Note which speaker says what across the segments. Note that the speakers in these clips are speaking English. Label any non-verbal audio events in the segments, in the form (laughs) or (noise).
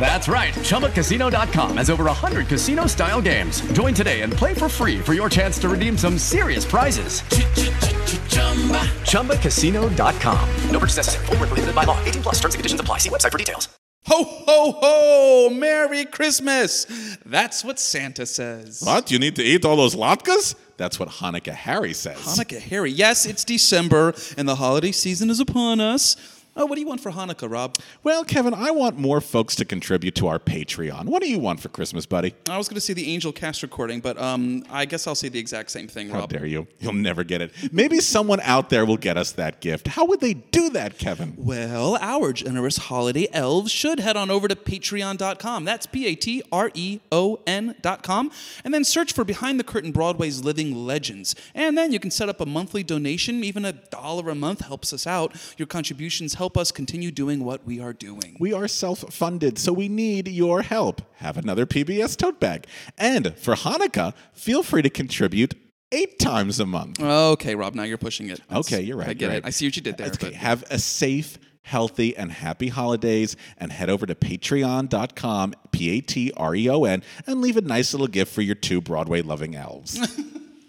Speaker 1: That's right, ChumbaCasino.com has over 100 casino style games. Join today and play for free for your chance to redeem some serious prizes. ChumbaCasino.com. No purchase necessary, forward prohibited by law, 18 plus terms and conditions apply. See website for details.
Speaker 2: Ho, ho, ho! Merry Christmas! That's what Santa says.
Speaker 3: What? You need to eat all those latkes? That's what Hanukkah Harry says.
Speaker 2: Hanukkah, Harry. Yes, it's December, and the holiday season is upon us. Oh, what do you want for Hanukkah, Rob?
Speaker 3: Well, Kevin, I want more folks to contribute to our Patreon. What do you want for Christmas, buddy?
Speaker 2: I was going to say the angel cast recording, but um, I guess I'll say the exact same thing,
Speaker 3: How
Speaker 2: Rob.
Speaker 3: dare you? You'll never get it. Maybe someone out there will get us that gift. How would they do that, Kevin?
Speaker 2: Well, our generous holiday elves should head on over to patreon.com. That's P A T R E O N.com. And then search for Behind the Curtain Broadway's Living Legends. And then you can set up a monthly donation. Even a dollar a month helps us out. Your contributions help us continue doing what we are doing.
Speaker 3: We are self funded, so we need your help. Have another PBS tote bag. And for Hanukkah, feel free to contribute eight times a month.
Speaker 2: Okay, Rob, now you're pushing it. That's-
Speaker 3: Okay, you're right.
Speaker 2: I get
Speaker 3: you're
Speaker 2: it.
Speaker 3: right.
Speaker 2: I see what you did there.
Speaker 3: It's okay.
Speaker 2: but-
Speaker 3: Have a safe, healthy, and happy holidays, and head over to patreon.com, P A T R E O N, and leave a nice little gift for your two Broadway loving elves.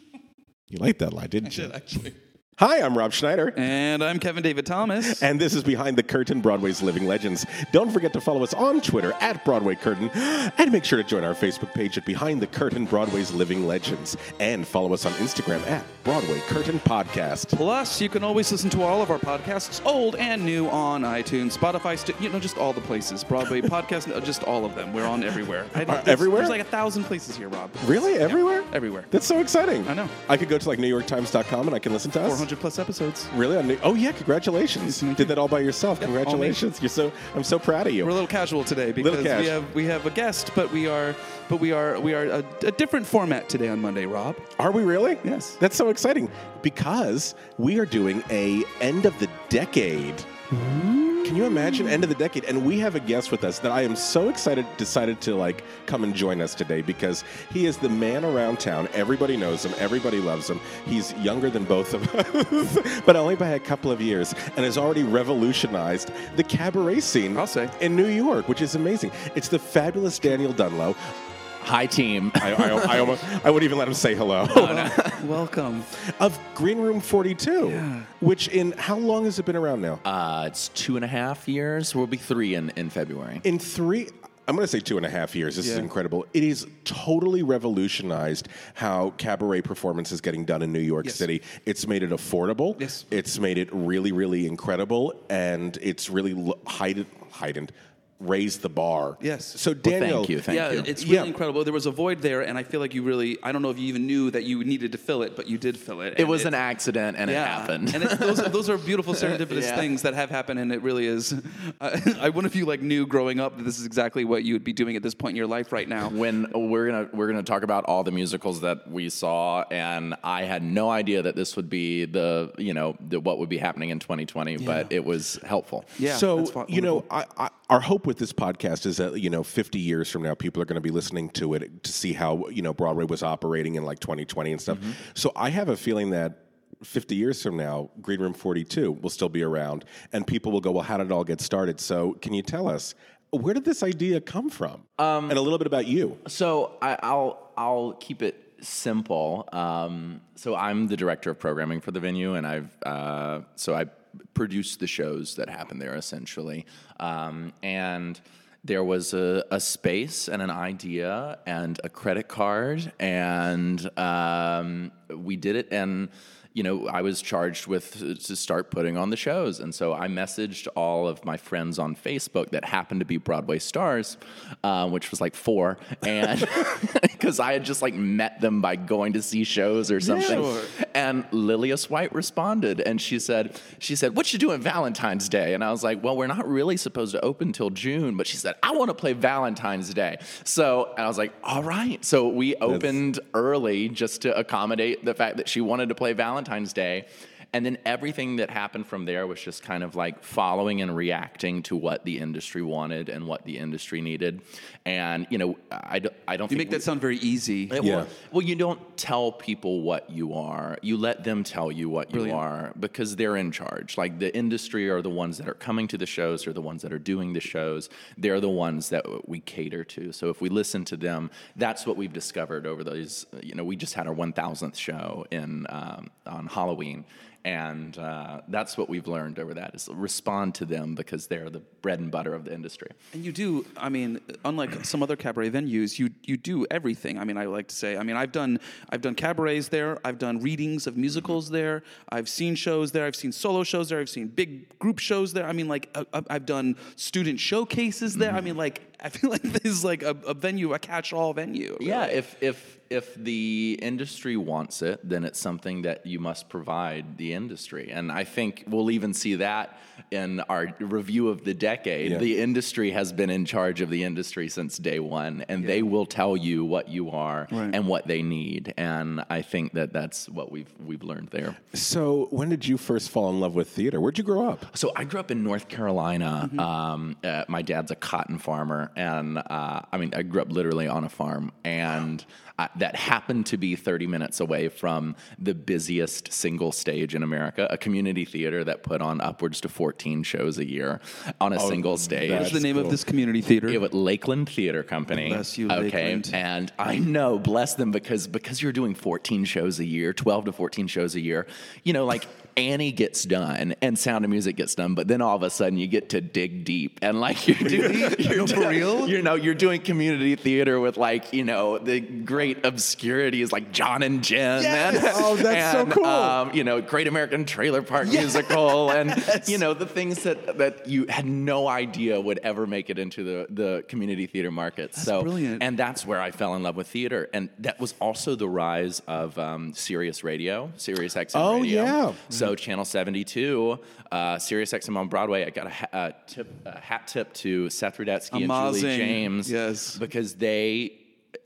Speaker 2: (laughs)
Speaker 3: you liked that line, didn't you?
Speaker 2: Did actually.
Speaker 4: Hi, I'm Rob Schneider.
Speaker 2: And I'm Kevin David Thomas.
Speaker 4: And this is Behind the Curtain, Broadway's Living Legends. Don't forget to follow us on Twitter at Broadway Curtain. And make sure to join our Facebook page at Behind the Curtain, Broadway's Living Legends. And follow us on Instagram at Broadway Curtain Podcast.
Speaker 2: Plus, you can always listen to all of our podcasts, old and new, on iTunes, Spotify, st- you know, just all the places. Broadway
Speaker 4: (laughs)
Speaker 2: podcast, no, just all of them. We're on everywhere. I- there's-
Speaker 4: everywhere?
Speaker 2: There's like a thousand places here, Rob.
Speaker 4: Really?
Speaker 2: Yeah,
Speaker 4: Everywhere?
Speaker 2: everywhere.
Speaker 4: That's so exciting.
Speaker 2: I know.
Speaker 4: I could go to like NewYorkTimes.com and I can listen to us.
Speaker 2: 400 plus episodes.
Speaker 4: Really? On New- oh, yeah, congratulations.
Speaker 2: Mhm.
Speaker 4: Did that all by yourself.
Speaker 2: Yep, all me.
Speaker 4: congratulations. You're so I'm so proud of you.
Speaker 2: We're a little casual today
Speaker 4: Little
Speaker 2: because
Speaker 4: cash.
Speaker 2: we have we have a guest, but we are but we are we are a, a different format today on Monday,
Speaker 4: (laughs)
Speaker 2: Rob.
Speaker 4: Are we really?
Speaker 2: Yes.
Speaker 4: That's so exciting because we are doing a end of the decade. Can you imagine end of the decade? And we have a guest with us that I am so excited decided to like come and join us today because he is the man around town. Everybody knows him. Everybody loves him. He's younger than both of (laughs) us, but only by a couple of years, and has already revolutionized the cabaret scene.
Speaker 2: I'll say.
Speaker 4: in New York, which is amazing. It's the fabulous Daniel Dunlow.
Speaker 5: Hi, team.
Speaker 4: I, I, I almost I wouldn't even let him say hello.
Speaker 2: Welcome.
Speaker 4: of Green Room 42, which in how long has it been around now?
Speaker 5: Uh, it's two and a half years. We'll be three in, in February.
Speaker 4: in three, I'm going to say two and a half years. This is
Speaker 2: Yeah.
Speaker 4: incredible. It is totally revolutionized how cabaret performance is getting done in New York
Speaker 2: Yes.
Speaker 4: City. It's made it affordable.
Speaker 2: Yes.
Speaker 4: It's made it really, really incredible, and it's really l- heightened. heightened raised the bar.
Speaker 2: Yes.
Speaker 4: So
Speaker 5: Well,
Speaker 4: Daniel,
Speaker 5: thank you. Thank
Speaker 2: yeah,
Speaker 5: you.
Speaker 2: it's really
Speaker 4: Yeah.
Speaker 2: incredible. There was a void there, and I feel like you really, I don't know if you even knew that you needed to fill it, but you did fill it.
Speaker 5: it
Speaker 2: and
Speaker 5: was an accident and
Speaker 2: yeah.
Speaker 5: it happened.
Speaker 2: and it's, those, are- those are beautiful serendipitous
Speaker 5: Yeah.
Speaker 2: things that have happened, and it really is. uh, (laughs) I, I wonder if you like knew growing up that this is exactly what you would be doing at this point in your life right now.
Speaker 5: when we're gonna we're gonna talk about all the musicals that we saw, and I had no idea that this would be the you know the, what would be happening in 2020, but it was helpful.
Speaker 2: Yeah,
Speaker 4: so
Speaker 2: that's fun-
Speaker 4: you know,
Speaker 2: wonderful.
Speaker 4: I, I, our hope with this podcast is that you know, 50 years from now, people are going to be listening to it to see how you know Broadway was operating in like 2020 and stuff. So I have a feeling that 50 years from now, Green Room 42 will still be around, and people will go, "Well, how did it all get started?" So can you tell us where did this idea come from, and a little bit about you?
Speaker 5: So I, I'll I'll keep it simple. Um, so I'm the director of programming for the venue, and I've uh, so I produce the shows that happen there essentially. Um, and there was a, a space and an idea and a credit card, and um, we did it and. you know, I was charged with uh, to start putting on the shows. And so I messaged all of my friends on Facebook that happened to be Broadway stars, uh, which was like four, and (laughs) because I had just like met them by going to see shows or something. And Lilius White responded, and she said, she said, "What you doing Valentine's Day?" And I was like, "Well, we're not really supposed to open till June," but she said, "I want to play Valentine's Day." So, and I was like, "All right." So we opened early just to accommodate the fact that she wanted to play Valentine's Day. And then everything that happened from there was just kind of like following and reacting to what the industry wanted and what the industry needed. And, you know, I, d- I don't
Speaker 2: You make
Speaker 5: think. we-
Speaker 2: that sound very easy.
Speaker 5: it
Speaker 4: Yeah.
Speaker 5: will- Well, you don't tell people what you are. You let them tell you what you are because they're in charge. Like the industry are the ones that are coming to the shows, they're the ones that are doing the shows. They're the ones that we cater to. So if we listen to them, that's what we've discovered over those. You know, we just had our 1,000th show in um, on Halloween. And uh, that's what we've learned over that is respond to them because they're the bread and butter of the industry.
Speaker 2: And you do, I mean, unlike some other cabaret venues, you you do everything. I mean, I like to say, I mean, I've done I've done cabarets there, I've done readings of musicals there, I've seen shows there, I've seen solo shows there, I've seen big group shows there. I mean, like I, I- I've done student showcases there. I mean, like (laughs) I feel like this is like a, a venue, a catch-all venue. really.
Speaker 5: Yeah, if if if the industry wants it, then it's something that you must provide the industry. And I think we'll even see that in our review of the decade.
Speaker 4: Yeah.
Speaker 5: The industry has been in charge of the industry since day one, and they will tell you what you are and what they need. And I think that that's what we've we've learned there.
Speaker 4: So, when did you first fall in love with theater? Where'd you grow up?
Speaker 5: So I grew up in North Carolina.
Speaker 2: Mm-hmm.
Speaker 5: Um, uh, my dad's a cotton farmer, and uh, I mean, I grew up literally on a farm, and I, that happened to be 30 minutes away from the busiest single stage in America, a community theater that put on upwards to 14 shows a year on a single stage.
Speaker 2: What's Oh, the name of this community theater?
Speaker 5: Yeah, with Lakeland Theater Company.
Speaker 2: Bless you,
Speaker 5: okay,
Speaker 2: Lakeland.
Speaker 5: and I know, bless them, because because you're doing 14 shows a year, 12 to 14 shows a year. You know, like Annie gets done and Sound of Music gets done, but then all of a sudden you get to dig deep and like you're doing, (laughs) you're for real. You know, you're doing community theater with like you know the great obscurity is like John and Jen. And,
Speaker 4: Oh, that's so
Speaker 5: and,
Speaker 4: cool.
Speaker 5: Um, you know, Great American Trailer Park Musical, and you know the things that that you had no idea would ever make it into the the community theater market. so
Speaker 2: brilliant.
Speaker 5: And that's where I fell in love with theater, and that was also the rise of um, Sirius Radio, Sirius XM
Speaker 4: Oh,
Speaker 5: Radio.
Speaker 4: yeah.
Speaker 5: So Channel 72, uh, Sirius XM on Broadway. I got a, ha- a, tip, a hat tip to Seth Rudetsky and Julie
Speaker 2: Amazing.
Speaker 5: James.
Speaker 2: Yes.
Speaker 5: Because they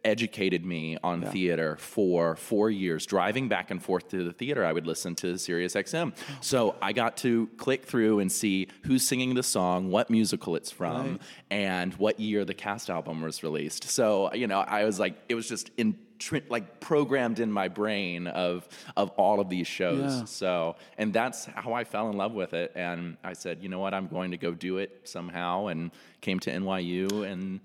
Speaker 5: educated me on theater for four years. Driving back and forth to the theater, I would listen to Sirius XM. So I got to click through and see who's singing the song, what musical it's from, and what year the cast album was released. So, you know, I was like, it was just in like programmed in my brain of of all of these shows.
Speaker 2: Yeah.
Speaker 5: So, and that's how I fell in love with it. And I said, you know what, I'm going to go do it somehow. And came to NYU and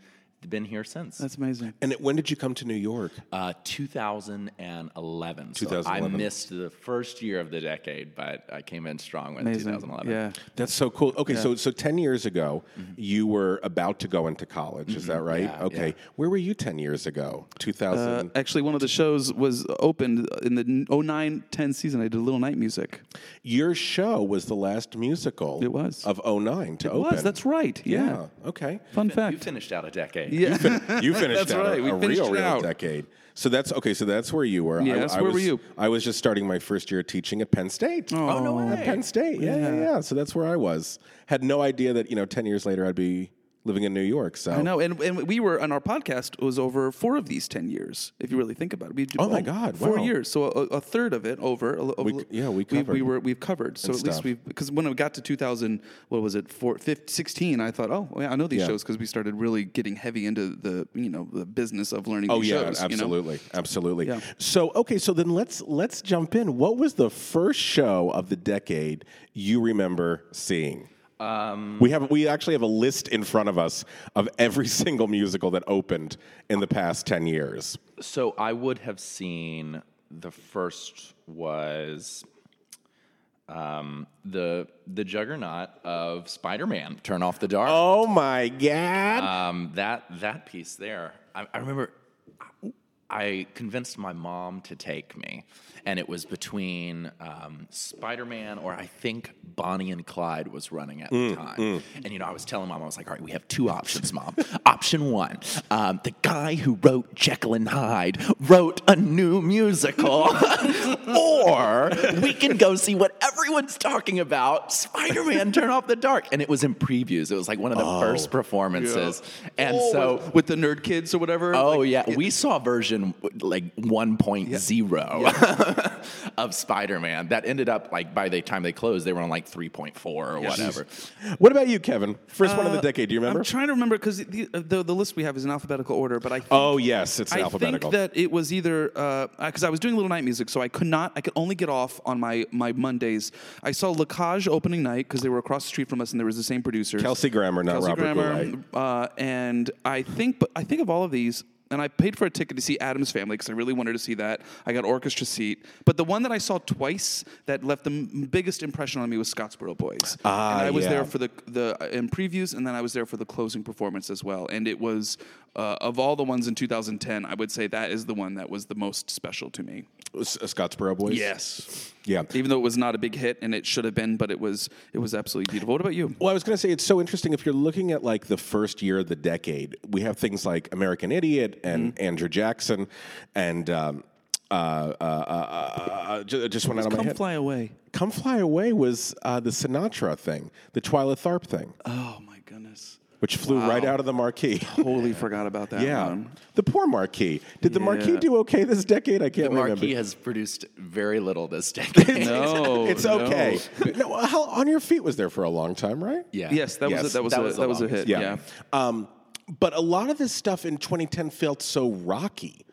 Speaker 5: been here since.
Speaker 2: That's amazing.
Speaker 4: And when did you come to New York?
Speaker 5: uh, 2011. So
Speaker 4: 2011.
Speaker 5: I missed the first year of the decade, but I came in strong with
Speaker 2: Amazing.
Speaker 5: 2011.
Speaker 2: Yeah.
Speaker 4: That's so cool. Okay, so so ten years ago,
Speaker 2: Mm-hmm.
Speaker 4: you were about to go into college. Is that right? okay, where were you ten years ago? Two
Speaker 2: Uh,
Speaker 4: thousand.
Speaker 2: actually, one of the shows was opened in the 09-10 season. I did Little Night Music.
Speaker 4: Your show was the last musical.
Speaker 2: It was.
Speaker 4: of 09 to
Speaker 2: It
Speaker 4: open.
Speaker 2: was. That's right. Yeah.
Speaker 4: Yeah. Okay.
Speaker 2: Fun
Speaker 5: You
Speaker 2: fact.
Speaker 5: finished out a
Speaker 2: Yeah.
Speaker 5: decade.
Speaker 2: (laughs)
Speaker 4: (laughs) You finished
Speaker 2: That's
Speaker 4: out
Speaker 2: right,
Speaker 4: a,
Speaker 2: we
Speaker 4: a
Speaker 2: finished
Speaker 4: real,
Speaker 2: it
Speaker 4: real
Speaker 2: out.
Speaker 4: decade. So that's okay. So that's where you were.
Speaker 2: Yes, where were
Speaker 4: was,
Speaker 2: you?
Speaker 4: I was just starting my first year teaching at Penn State.
Speaker 5: Oh, no way.
Speaker 4: At Penn State. Yeah, yeah, yeah. So that's where I was. Had no idea that you know, ten years later, I'd be living in New York. So
Speaker 2: I know, and, and we were on our podcast was over four of these ten years. If you really think about it, we did
Speaker 4: Oh my
Speaker 2: all-
Speaker 4: God,
Speaker 2: four
Speaker 4: wow.
Speaker 2: years. So a, a third of it over. a li- a
Speaker 4: We-
Speaker 2: li-
Speaker 4: yeah, we
Speaker 2: we
Speaker 4: covered
Speaker 2: were we've covered. So at
Speaker 4: and
Speaker 2: least
Speaker 4: stuff.
Speaker 2: we've because when we got to two thousand, what was it, four, 15, 16, I thought, oh, well, I know these
Speaker 4: Yeah.
Speaker 2: shows because we started really getting heavy into the you know the business of learning.
Speaker 4: Oh
Speaker 2: these
Speaker 4: yeah,
Speaker 2: shows, you know?
Speaker 4: absolutely, absolutely.
Speaker 2: Yeah.
Speaker 4: So okay, so then let's let's jump in. What was the first show of the decade you remember seeing? Um, we have we actually have a list in front of us of every (laughs) single musical that opened in the past ten years.
Speaker 5: So I would have seen the first was um, the the juggernaut of Spider-Man, Turn Off the Dark.
Speaker 4: Oh my god!
Speaker 5: Um, that that piece there, I, I remember. I convinced my mom to take me, and it was between um, Spider Man or I think Bonnie and Clyde was running at the time. And you know, I was telling mom, I was like, "All right, we have two options, mom. (laughs) Option one, um, the guy who wrote Jekyll and Hyde wrote a new musical, (laughs) or we can go see what everyone's talking about: Spider Man, Turn Off the Dark." And it was in previews. It was like one of the first performances, and
Speaker 2: Oh,
Speaker 5: so
Speaker 2: with, with the nerd kids or whatever.
Speaker 5: Oh
Speaker 2: like,
Speaker 5: yeah,
Speaker 2: it-
Speaker 5: we saw version like 1.0 (laughs) of Spider-Man that ended up like by the time they closed, they were on like 3.4 or whatever.
Speaker 4: What about you, Kevin? First one of the decade. Do you remember?
Speaker 2: Uh, I'm trying to remember because the, the the list we have is in alphabetical order, but I think,
Speaker 4: Oh, yes, it's
Speaker 2: I
Speaker 4: alphabetical.
Speaker 2: think that it was either because I was doing little night music, so I could not, I could only get off on my my Mondays. I saw Lacage opening night because they were across the street from us and there was the same producer,
Speaker 4: Kelsey Grammer, not
Speaker 2: Kelsey
Speaker 4: Robert
Speaker 2: Grammer, uh, and I think, but I think of all of these. And I paid for a ticket to see Adam's Family because I really wanted to see that. I got orchestra seat, but the one that I saw twice that left the m- biggest impression on me was Scottsboro Boys. Ah, and I was
Speaker 4: yeah.
Speaker 2: there for the the in previews, and then I was there for the closing performance as well. And it was uh, of all the ones in 2010, I would say that is the one that was the most special to me.
Speaker 4: S- uh, Scottsboro Boys.
Speaker 2: Yes,
Speaker 4: Yeah.
Speaker 2: even though it was not a big hit, and it should have been, but it was it was absolutely beautiful. What about you?
Speaker 4: Well, I was going to say it's so interesting if you're looking at like the first year of the decade. We have things like American Idiot and
Speaker 2: Mm-hmm.
Speaker 4: Andrew Jackson, and um, uh, uh, uh, uh, ju- just went out of my
Speaker 2: Come
Speaker 4: head.
Speaker 2: fly away.
Speaker 4: Come Fly Away was uh, the Sinatra thing, the Twyla Tharp thing,
Speaker 2: Oh my goodness.
Speaker 4: which flew right out of
Speaker 2: (laughs)
Speaker 4: the marquee.
Speaker 2: Totally forgot about that
Speaker 4: (laughs) yeah,
Speaker 2: one.
Speaker 4: the poor marquee. Did the marquee
Speaker 2: Yeah.
Speaker 4: do okay this decade? I
Speaker 5: The
Speaker 4: can't remember.
Speaker 5: marquee has produced very little (laughs) this decade.
Speaker 2: No,
Speaker 4: it's
Speaker 2: Oh, no.
Speaker 4: okay. (laughs) No, how, on your feet was there for a long time, right?
Speaker 5: Yeah.
Speaker 2: Yes, that
Speaker 4: Yes,
Speaker 2: was a, that was
Speaker 5: that
Speaker 2: a,
Speaker 5: was the
Speaker 2: that was a
Speaker 5: longest.
Speaker 2: hit. Yeah.
Speaker 4: Um, but a lot of this stuff in 2010 felt so rocky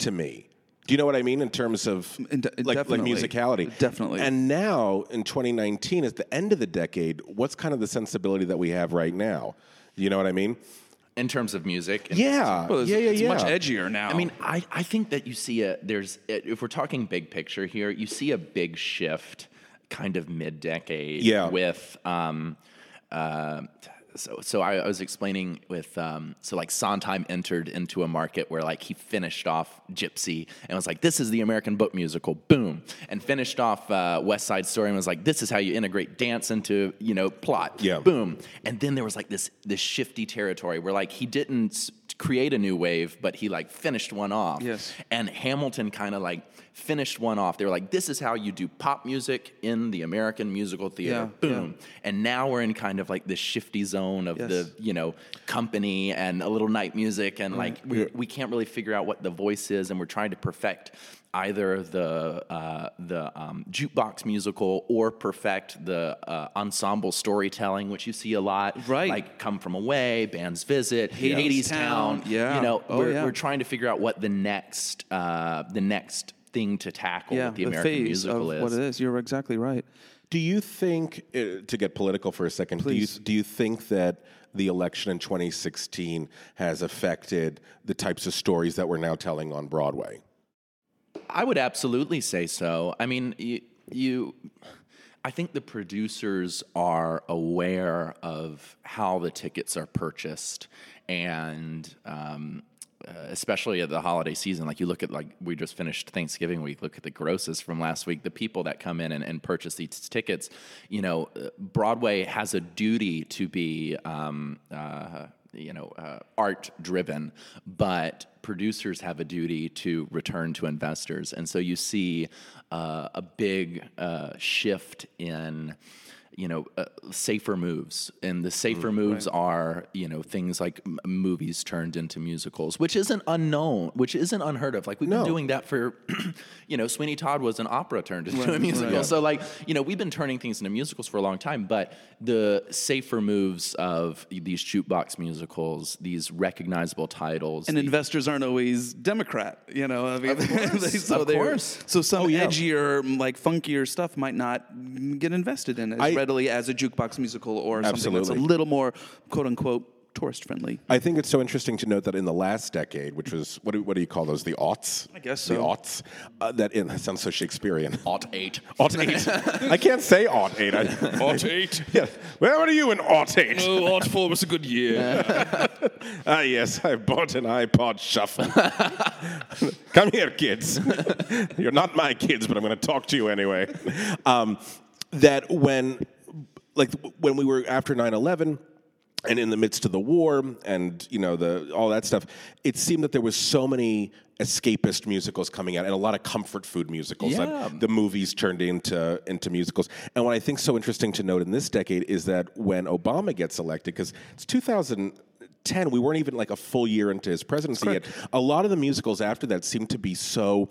Speaker 4: to me. Do you know what I mean in terms of
Speaker 2: Mm, In- de-
Speaker 4: like, like
Speaker 2: definitely.
Speaker 4: musicality?
Speaker 2: Definitely.
Speaker 4: And now in 2019, at the end of the decade, what's kind of the sensibility that we have right now? You know what I mean?
Speaker 5: In terms of music. in
Speaker 4: Yeah.
Speaker 2: Well, it's,
Speaker 4: yeah, yeah,
Speaker 2: it's
Speaker 4: yeah.
Speaker 2: much edgier now.
Speaker 5: I mean, I, I think that you see a there's eh, if we're talking big picture here, you see a big shift kind of mid decade
Speaker 4: Yeah.
Speaker 5: with um uh so, so I, I was explaining with um, so like Sondheim entered into a market where like he finished off Gypsy and was like this is the American book musical boom and finished off uh, West Side Story and was like this is how you integrate dance into you know plot
Speaker 4: Yeah.
Speaker 5: boom boom. And then there was like this this shifty territory where like he didn't s- create a new wave, but he like finished one off.
Speaker 2: Yes.
Speaker 5: And Hamilton kind of like finished one off. They were like, this is how you do pop music in the American musical theater.
Speaker 2: Yeah,
Speaker 5: boom. And now we're in kind of like this shifty zone of
Speaker 2: Yes. Mm,
Speaker 5: the you know company and a little night music and like we, we can't really figure out what the voice is and we're trying to perfect either the uh, the um, jukebox musical or perfect the uh, ensemble storytelling which you see a lot
Speaker 2: Right.
Speaker 5: like come from away bands visit
Speaker 2: Hades
Speaker 5: Hades
Speaker 2: Town,
Speaker 5: town
Speaker 2: yeah.
Speaker 5: you know
Speaker 2: Oh,
Speaker 5: we're,
Speaker 2: yeah.
Speaker 5: we're trying to figure out what the next uh, the next thing to tackle
Speaker 2: yeah,
Speaker 5: with the American
Speaker 2: phase
Speaker 5: musical
Speaker 2: of
Speaker 5: is
Speaker 2: what it is. You're exactly right.
Speaker 4: Do you think, uh, to get political for a second, do you,
Speaker 2: Please.
Speaker 4: do you think that the election in 2016 has affected the types of stories that we're now telling on Broadway?
Speaker 5: I would absolutely say so. I mean, you, you I think the producers are aware of how the tickets are purchased, and um, uh, especially at the holiday season. Like you look at like we just finished Thanksgiving week. Look at the grosses from last week. The people that come in and, and purchase these tickets. You know, uh, Broadway has a duty to be. Um, uh, you know, uh, art driven, but producers have a duty to return to investors. And so you see uh, a big uh, shift in. You know, uh, safer moves, and the safer moves are you know things like m- movies turned into musicals, which isn't unknown, which isn't unheard of. Like we've been doing that for, (clears throat) you know, Sweeney Todd was an opera turned into a musical. So like you know, we've been turning things into musicals for a long time, but the safer moves of these jukebox musicals, these recognizable titles,
Speaker 2: And
Speaker 5: the-
Speaker 2: investors aren't always Democrat, you know. I mean, (laughs) of
Speaker 5: course,
Speaker 2: so
Speaker 5: of
Speaker 2: they're-
Speaker 5: course.
Speaker 2: So some
Speaker 4: Oh, yeah.
Speaker 2: edgier, m- like funkier stuff might not mm, get invested in as
Speaker 4: I-
Speaker 2: readily as a jukebox musical or something that's a
Speaker 4: Absolutely.
Speaker 2: little more, quote unquote, tourist friendly.
Speaker 4: I think it's so interesting to note that in the last decade, which was what do, what do you call those? The aughts. I
Speaker 2: guess
Speaker 4: the
Speaker 2: so.
Speaker 4: aughts. Uh, that, in, that sounds
Speaker 2: (laughs)
Speaker 4: so Shakespearean.
Speaker 5: Ought eight.
Speaker 4: Aught eight. I can't say aught eight. I,
Speaker 2: Aught eight.
Speaker 4: (laughs) yeah. Where were you in aught eight?
Speaker 2: Oh, Art Four was a good year.
Speaker 4: Ah, yes, I bought an iPod Shuffle. (laughs) Come here, kids. (laughs) You're not my kids, but I'm going to talk to you anyway. Um, that when, like, when we were after 9 11, and in the midst of the war and you know the all that stuff it seemed that there was so many escapist musicals coming out and a lot of comfort food musicals
Speaker 5: Yeah.
Speaker 2: Um,
Speaker 4: that the movies turned into into musicals and what i think so interesting to note in this decade is that when obama gets elected because it's 2010 we weren't even like a full year into his presidency yet a lot of the musicals after that seemed to be so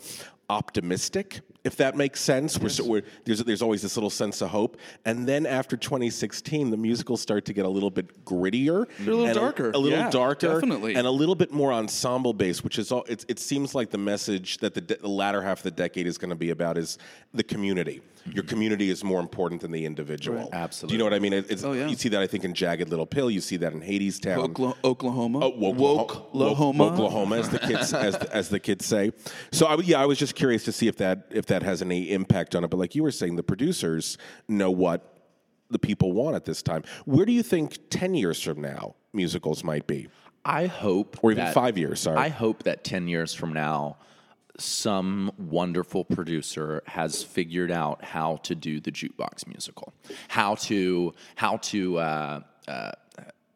Speaker 4: optimistic if that makes sense we're, so, we're there's there's always this little sense of hope and then after 2016 the musicals start to get a little bit grittier
Speaker 2: They're a little
Speaker 4: and
Speaker 2: darker.
Speaker 4: a, little
Speaker 2: Yeah,
Speaker 4: darker,
Speaker 2: definitely.
Speaker 4: and a little bit more ensemble based, which is all. It, it seems like the message that the, de- the latter half of the decade is going to be about is the community.
Speaker 2: Mm-hmm.
Speaker 4: Your community is more important than the individual. Absolutely, you know what I mean? It- it's,
Speaker 2: Oh, yeah.
Speaker 4: You see that I think in Jagged Little Pill. You see that in Hades Town.
Speaker 2: Okla- Oklahoma.
Speaker 4: Oh, woke,
Speaker 2: Uh, woke, Oklahoma.
Speaker 4: Oklahoma, as the kids as, the, as the kids say. So, I, w- yeah, I was just curious to see if that if that has any impact on it. But like you were saying, the producers know what the people want at this time. Where do you think ten years from now musicals might be,
Speaker 5: I hope,
Speaker 4: or even
Speaker 5: that-
Speaker 4: five years? Sorry,
Speaker 5: I hope that 10 years from now, some wonderful producer has figured out how to do the jukebox musical, how to, how to, uh, uh,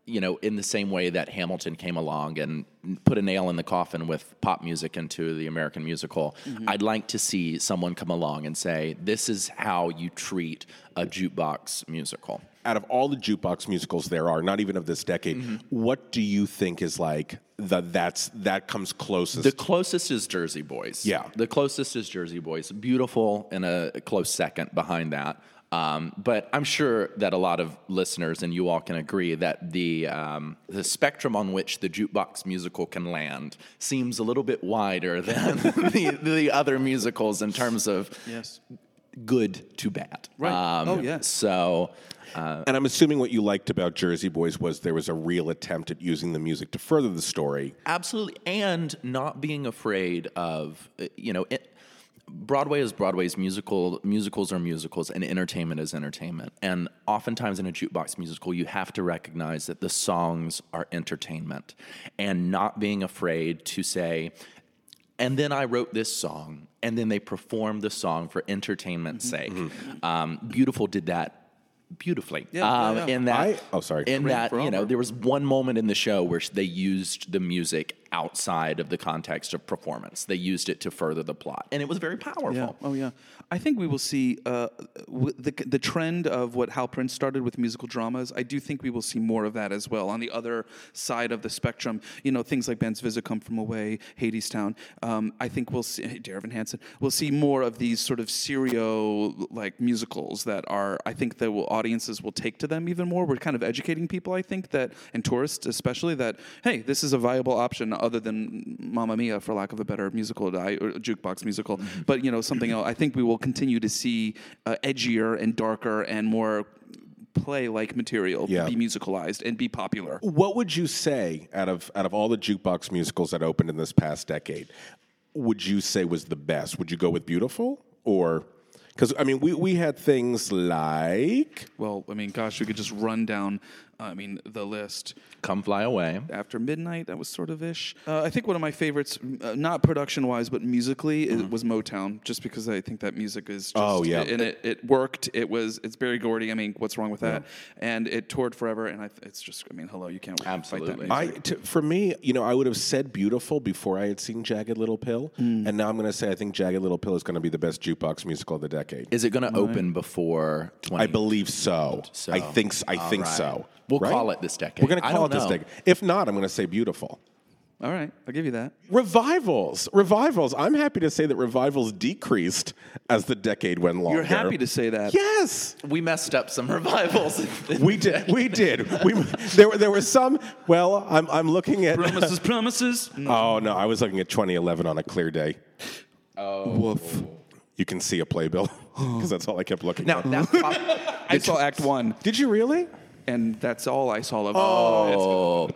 Speaker 5: you know, in the same way that Hamilton came along and put a nail in the coffin with pop music into the American musical,
Speaker 4: Mm-hmm.
Speaker 5: I'd like to see someone come along and say, this is how you treat a jukebox musical.
Speaker 4: out of all the jukebox musicals there are, not even of this decade, what do you think is like the that's that comes closest?
Speaker 5: The closest is Jersey Boys.
Speaker 4: Yeah.
Speaker 5: The closest is Jersey Boys. Beautiful and a close second behind that. Um, but I'm sure that a lot of listeners and you all can agree that the um, the spectrum on which the jukebox musical can land seems a little bit wider (laughs) than the, the other musicals in terms of
Speaker 2: Yes.
Speaker 5: good to bad. Um,
Speaker 2: Right. Oh, yes.
Speaker 5: So
Speaker 4: and I'm assuming what you liked about Jersey Boys was there was a real attempt at using the music to further the story.
Speaker 5: Absolutely, and not being afraid of uh, you know. It, Broadway is Broadway's musical. Musicals are musicals, and entertainment is entertainment. And oftentimes in a jukebox musical, you have to recognize that the songs are entertainment, and not being afraid to say, and then I wrote this song, and then they performed the song for entertainment's sake. Um, Beautiful did that beautifully.
Speaker 2: yeah,
Speaker 5: um,
Speaker 2: yeah.
Speaker 5: In that,
Speaker 4: I- oh, sorry.
Speaker 5: In
Speaker 4: Ring
Speaker 5: that, you know, there was one moment in the show where sh- they used the music outside of the context of performance. They used it to further the plot, and it was very powerful.
Speaker 2: Yeah. Oh yeah. I think we will see uh, w- the the trend of what Hal Prince started with musical dramas. I do think we will see more of that as well on the other side of the spectrum. You know, things like Ben's Visit Come From Away, Hades Town. Um, I think we'll see Dear Evan Hansen. We'll see more of these sort of serio like musicals that are. I think that will audiences will take to them even more. We're kind of educating people. I think that and tourists especially that hey, this is a viable option other than Mamma Mia, for lack of a better musical, I- or jukebox musical. But you know, something else. I think we will continue to see uh, edgier and darker and more play-like material
Speaker 4: Yeah.
Speaker 2: be musicalized and be popular.
Speaker 4: What would you say out of out of all the jukebox musicals that opened in this past decade? Would you say was the best? Would you go with Beautiful or? Because I mean, we we had things like
Speaker 2: Well, I mean, gosh, we could just run down. I mean, the list.
Speaker 5: Come fly away.
Speaker 2: After Midnight, that was sort of ish. Uh, I think one of my favorites, m- uh, not production wise, but musically, it was Motown, just because I think that music is just.
Speaker 4: Oh, yeah.
Speaker 2: And it, it worked. It was, it's Barry Gordy. I mean, what's wrong with that? And it toured forever. And I, th- it's just, I mean, hello, you can't fight that
Speaker 5: Absolutely.
Speaker 2: music.
Speaker 4: I t- for me, you know, I would have said beautiful before I had seen Jagged Little Pill,
Speaker 5: Mm.
Speaker 4: and now I'm going to say I think Jagged Little Pill is going to be the best jukebox musical of the decade.
Speaker 5: Is it going to open before twenty?
Speaker 4: I believe so.
Speaker 5: So.
Speaker 4: I think s- I think so.
Speaker 5: We'll
Speaker 4: Right?
Speaker 5: call it this decade.
Speaker 4: We're going to
Speaker 5: I
Speaker 4: call it
Speaker 5: don't
Speaker 4: this
Speaker 5: know.
Speaker 4: decade. If not, I'm going to say beautiful.
Speaker 2: All right, I'll give you that.
Speaker 4: Revivals, revivals. I'm happy to say that revivals decreased as the decade went longer.
Speaker 2: You're happy to say that.
Speaker 4: Yes.
Speaker 5: We messed up some (laughs) revivals.
Speaker 4: We did. We did. We there were there were some. Well, I'm I'm looking at.
Speaker 2: Promises, promises.
Speaker 4: Oh no, I was looking at 2011 on a clear day.
Speaker 2: Oh. Woof.
Speaker 4: You can (laughs) see a playbill because that's all I kept looking
Speaker 5: now
Speaker 4: at.
Speaker 5: that.
Speaker 2: I saw Act One.
Speaker 4: (laughs) Did you really?
Speaker 2: and that's all I saw of it.
Speaker 5: Oh,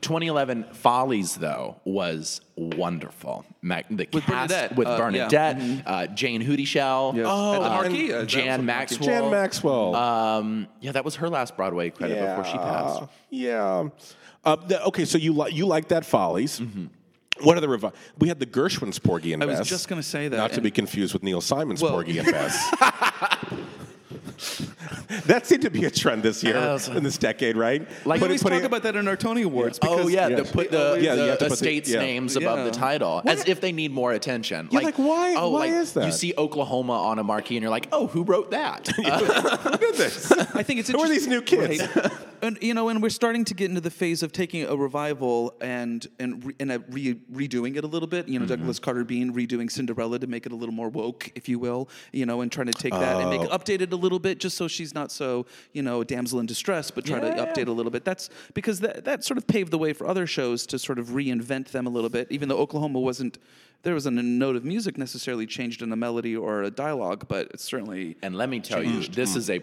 Speaker 5: 2011 Follies though was wonderful. Mac, the
Speaker 2: With
Speaker 5: cast
Speaker 2: Bernadette,
Speaker 5: with
Speaker 2: uh, yeah.
Speaker 5: Bernadette, uh, Jane Hootyshell,
Speaker 2: Yes. Oh,
Speaker 5: uh,
Speaker 2: and the Marquis, uh, that was
Speaker 5: Jan
Speaker 2: the Marquis.
Speaker 5: Maxwell.
Speaker 4: Jan Maxwell.
Speaker 5: Um, yeah, that was her last Broadway credit before she passed.
Speaker 4: Yeah. Uh, the, okay, so you li- you like that Follies. What other revi- we had the Gershwin's Porgy and
Speaker 2: Mm-hmm. I
Speaker 4: Bess.
Speaker 2: was just gonna say that,
Speaker 4: Not to
Speaker 2: and-
Speaker 4: be confused with Neil Simon's
Speaker 2: Well- (laughs)
Speaker 4: Porgy and Bess. that seemed to be a trend this year
Speaker 5: Uh, so-
Speaker 4: in this decade, right?
Speaker 5: Like-
Speaker 2: We
Speaker 4: Putting-
Speaker 5: But
Speaker 2: always
Speaker 4: putting-
Speaker 2: talk about that in our Tony Awards.
Speaker 5: Oh
Speaker 2: because- uh,
Speaker 5: yeah,
Speaker 4: yes.
Speaker 5: to put the,
Speaker 4: Yeah, you
Speaker 5: the
Speaker 4: have to put the-
Speaker 5: estate's
Speaker 4: yeah.
Speaker 5: names above
Speaker 2: Yeah.
Speaker 5: the title, as if they need more attention.
Speaker 4: Yeah, like, why-
Speaker 5: Oh,
Speaker 4: why
Speaker 5: like,
Speaker 4: is that?
Speaker 5: You see Oklahoma on a marquee, and you're like, oh, who
Speaker 4: (laughs)
Speaker 5: wrote that?
Speaker 4: Look at this.
Speaker 2: I think it's
Speaker 4: Who are
Speaker 2: interesting-
Speaker 4: these new kids?
Speaker 2: Right. and you know, and we're starting to get into the phase of taking a revival and and re, and a re, redoing it a little bit. You know, Douglas
Speaker 4: Mm-hmm.
Speaker 2: Carter Bean redoing Cinderella to make it a little more woke, if you will. You know, and trying to take that and make it
Speaker 4: Oh.
Speaker 2: updated a little bit, just so she's not so you know a damsel in distress, but try to update a little bit. That's because that that sort of paved the way for other shows to sort of reinvent them a little bit. Even though Oklahoma wasn't. There wasn't a note of music necessarily changed in a melody or a dialogue, but it's certainly
Speaker 5: And let me tell you, this is a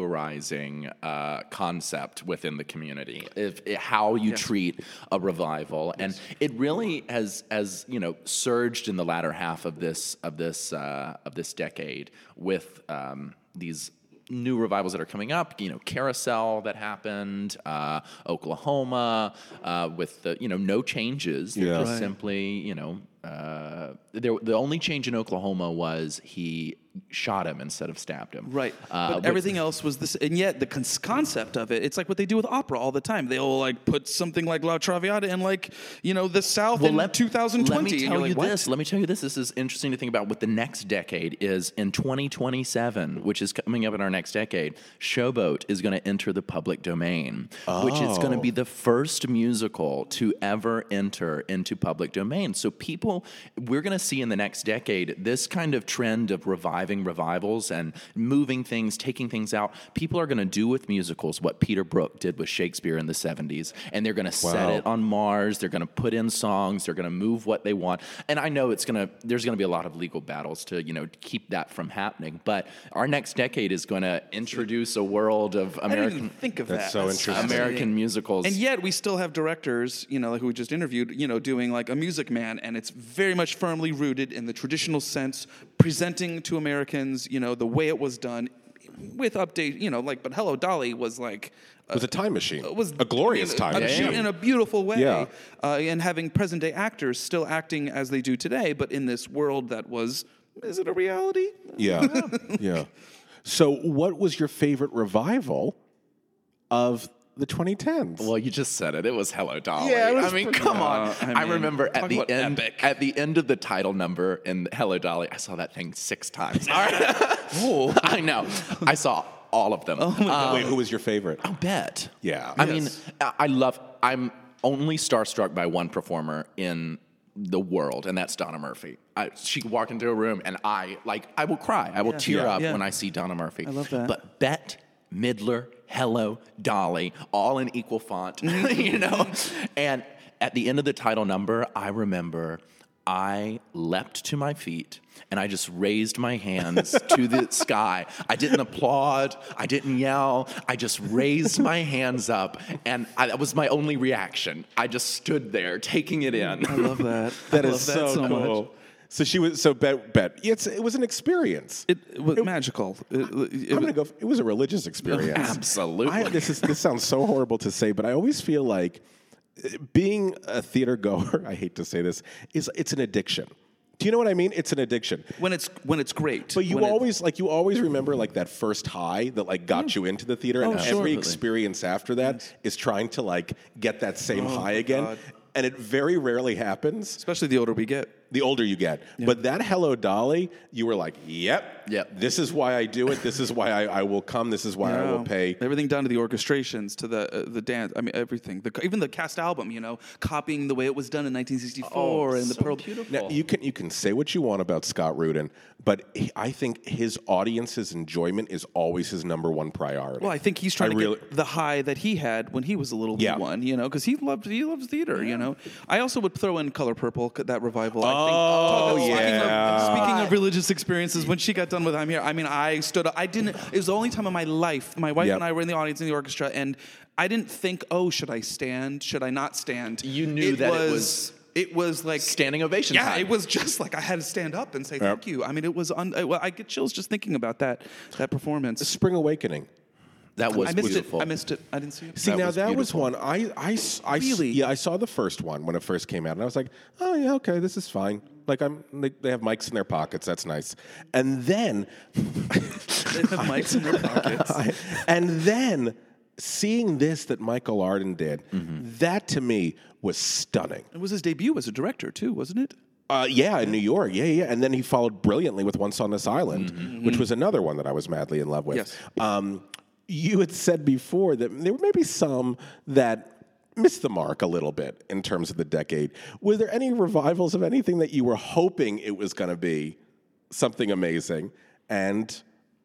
Speaker 5: polarizing uh, concept within the community. If, i- how you treat a revival, and it really has, has you know, surged in the latter half of this of this uh, of this decade with um, these new revivals that are coming up. You know, Carousel that happened, uh, Oklahoma uh, with the you know no changes. They're
Speaker 4: Yeah.
Speaker 5: just simply you know. Uh, there, the only change in Oklahoma was he shot him instead of stabbed him.
Speaker 2: Right.
Speaker 5: Uh,
Speaker 2: but everything else was this, and yet the cons- concept of it, it's like what they do with opera all the time. They'll like put something like La Traviata in like, you know, the South in 2020.
Speaker 5: Let me
Speaker 2: and
Speaker 5: tell
Speaker 2: you're like,
Speaker 5: you
Speaker 2: "What?"
Speaker 5: this. Let me tell you this. This is interesting to think about. What the next decade is in 2027, which is coming up in our next decade. Showboat is going to enter the public domain, which is going
Speaker 2: Oh.
Speaker 5: to be the first musical to ever enter into public domain. So people, we're going to see in the next decade this kind of trend of reviving revivals and moving things, taking things out. People are going to do with musicals what Peter Brook did with Shakespeare in the 70s, and they're going to set
Speaker 4: Wow.
Speaker 5: it on Mars. They're going to put in songs. They're going to move what they want. And I know it's going to. There's going to be a lot of legal battles to you know keep that from happening. But our next decade is going to introduce a world of
Speaker 2: I didn't even
Speaker 5: American
Speaker 2: think of
Speaker 4: That's
Speaker 2: that.
Speaker 4: so interesting.
Speaker 5: American musicals.
Speaker 2: And yet we still have directors, you know, like who we just interviewed, you know, doing like a Music Man, and it's very much firmly rooted in the traditional sense, presenting to Americans, you know, the way it was done, with update, you know, like. But Hello Dolly was like
Speaker 4: It was a time machine.
Speaker 2: It was
Speaker 4: a glorious
Speaker 2: I mean,
Speaker 4: time
Speaker 2: a-
Speaker 4: machine.
Speaker 2: in a beautiful way.
Speaker 4: Yeah.
Speaker 2: Uh, and having present day actors still acting as they do today, but in this world that was. Is it a reality?
Speaker 4: (laughs) Yeah. yeah. So, what was your favorite revival of the 2010s?
Speaker 5: Well, you just said it. It was Hello Dolly.
Speaker 4: Yeah, it was
Speaker 5: I mean,
Speaker 4: pretty-
Speaker 5: come on.
Speaker 2: Uh, I
Speaker 5: I,
Speaker 2: mean,
Speaker 5: remember
Speaker 2: talk
Speaker 5: at the
Speaker 2: about
Speaker 5: end
Speaker 2: epic.
Speaker 5: at the end of the title number in Hello Dolly, I saw that thing
Speaker 2: (laughs)
Speaker 5: six times. All right. oh, (laughs) I know. I saw all of them.
Speaker 2: Oh
Speaker 4: Wait,
Speaker 2: um,
Speaker 4: who was your favorite?
Speaker 5: I'll bet.
Speaker 4: Yeah.
Speaker 5: I mean, I I love. I'm only starstruck by one performer in the world, and that's Donna Murphy. I, she could walk into a room, and I like. I will cry. I will tear
Speaker 4: Yeah.
Speaker 5: up
Speaker 2: Yeah.
Speaker 5: when I see Donna Murphy. I
Speaker 2: love that.
Speaker 5: But Bet. Midler, Hello, Dolly, all in equal font, (laughs) you know? And at the end of the title number, I remember I leapt to my feet and I just raised
Speaker 2: (laughs)
Speaker 5: my hands to the sky. I didn't applaud, I didn't yell, I just raised my hands up, and I, that was my only reaction. I just stood there taking it in.
Speaker 2: I love (laughs) that.
Speaker 4: That
Speaker 2: I
Speaker 4: is
Speaker 2: love that so, much.
Speaker 4: So she was so bet bet. It's it was an experience.
Speaker 2: It, it was magical. It- it-
Speaker 4: I'm gonna go. It was a religious experience.
Speaker 2: (laughs)
Speaker 5: Absolutely.
Speaker 4: I, this is this sounds so horrible to say, but I always feel like uh, being a theater goer. (laughs) I hate to say this. Is it's an addiction. Do you know what I mean? It's an addiction.
Speaker 2: when it's when it's great.
Speaker 4: But you
Speaker 2: when it-
Speaker 4: always like you always remember like that first high that like got
Speaker 2: Mm.
Speaker 4: you into the theater,
Speaker 2: Oh,
Speaker 4: and every experience after that is trying to like get that same
Speaker 2: Oh,
Speaker 4: high again. And it very rarely happens
Speaker 2: especially the older we get.
Speaker 4: the older you get. But that Hello Dolly, you were like, yep,
Speaker 5: Yep.
Speaker 4: this is why I do it. This is why I, I will come. This is why I will
Speaker 2: Oh.
Speaker 4: pay.
Speaker 2: everything down to the orchestrations to the uh, the dance. I mean, everything. The, even the cast album, you know, copying the way it was done in 1964 and the Pearl.
Speaker 4: Now, you can you can say what you want about Scott Rudin, but he- I think his audience's enjoyment is always his number one priority.
Speaker 2: Well, I think he's trying
Speaker 4: I
Speaker 2: to
Speaker 4: really-
Speaker 2: get the high that he had when he was a little
Speaker 4: Yeah.
Speaker 2: one, you know, because he loved he loves theater, you know. I also would throw in Color Purple, c- that revival. I think, Talk-
Speaker 4: Oh,
Speaker 2: speaking of-
Speaker 4: yeah.
Speaker 2: Speaking of, religious experiences, when she got done done with I'm Here. I mean, I stood up. I didn't, it was the only time in my life, my wife
Speaker 3: Yep.
Speaker 2: and I were in the audience in the orchestra, and I didn't think, oh, should I stand? Should I not stand?
Speaker 5: You knew that it was
Speaker 2: It was like
Speaker 5: standing ovation
Speaker 2: Yeah,
Speaker 5: time.
Speaker 2: it was just like I had to stand up and say thank you. I mean, it was. Un- I, well, I get chills just thinking about that that performance.
Speaker 4: Spring Awakening.
Speaker 5: That was
Speaker 2: I missed
Speaker 5: beautiful.
Speaker 2: it. I missed it. I didn't see it.
Speaker 4: See, now
Speaker 5: was
Speaker 4: that
Speaker 5: beautiful.
Speaker 4: was one I, I, s- I s-
Speaker 2: Really?
Speaker 4: yeah, I saw the first one when it first came out, and I was like, oh yeah, okay, this is fine. Like I'm, they, they have mics in their pockets. That's nice. And then, (laughs)
Speaker 2: They have mics in their (laughs) pockets.
Speaker 4: and then seeing this that Michael Arden did, that to me was stunning.
Speaker 2: It was his debut as a director too, wasn't it?
Speaker 4: Uh, yeah, in New York. Yeah, yeah. And then he followed brilliantly with Once on This Island, which was another one that I was madly in love with.
Speaker 2: Mm-hmm. Yes.
Speaker 4: Um, you had said before that there were maybe some that missed the mark a little bit in terms of the decade. Were there any revivals of anything that you were hoping it was going to be something amazing and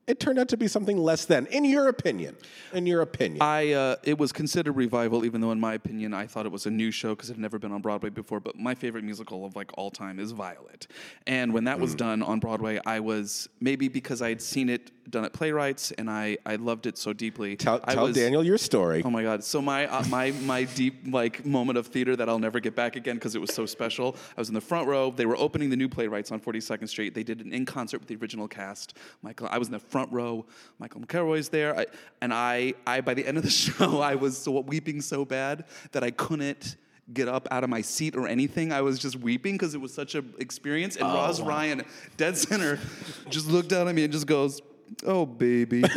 Speaker 4: it turned out to be something less than, in your opinion? In your opinion.
Speaker 2: I uh, it was considered revival, even though in my opinion I thought it was a new show because it had never been on Broadway before. But my favorite musical of like all time is Violet, and when that was done on Broadway, I was maybe because I had seen it done at playwrights and I I loved it so deeply.
Speaker 4: tell
Speaker 2: I
Speaker 4: tell
Speaker 2: was-
Speaker 4: Daniel your story.
Speaker 2: Oh my God! So my uh, my my deep like moment of theater that I'll never get back again because it was so special. I was in the front row. They were opening the new playwrights on 42nd Street. They did an in concert with the original cast. Michael, I was in the front row. Michael McElroy's there, I, and I I by the (laughs) end of the show I was so, weeping so bad that I couldn't get up out of my seat or anything. I was just weeping because it was such an experience. And Roz Ryan, dead center, just looked down at me and just goes, "Oh baby." (laughs)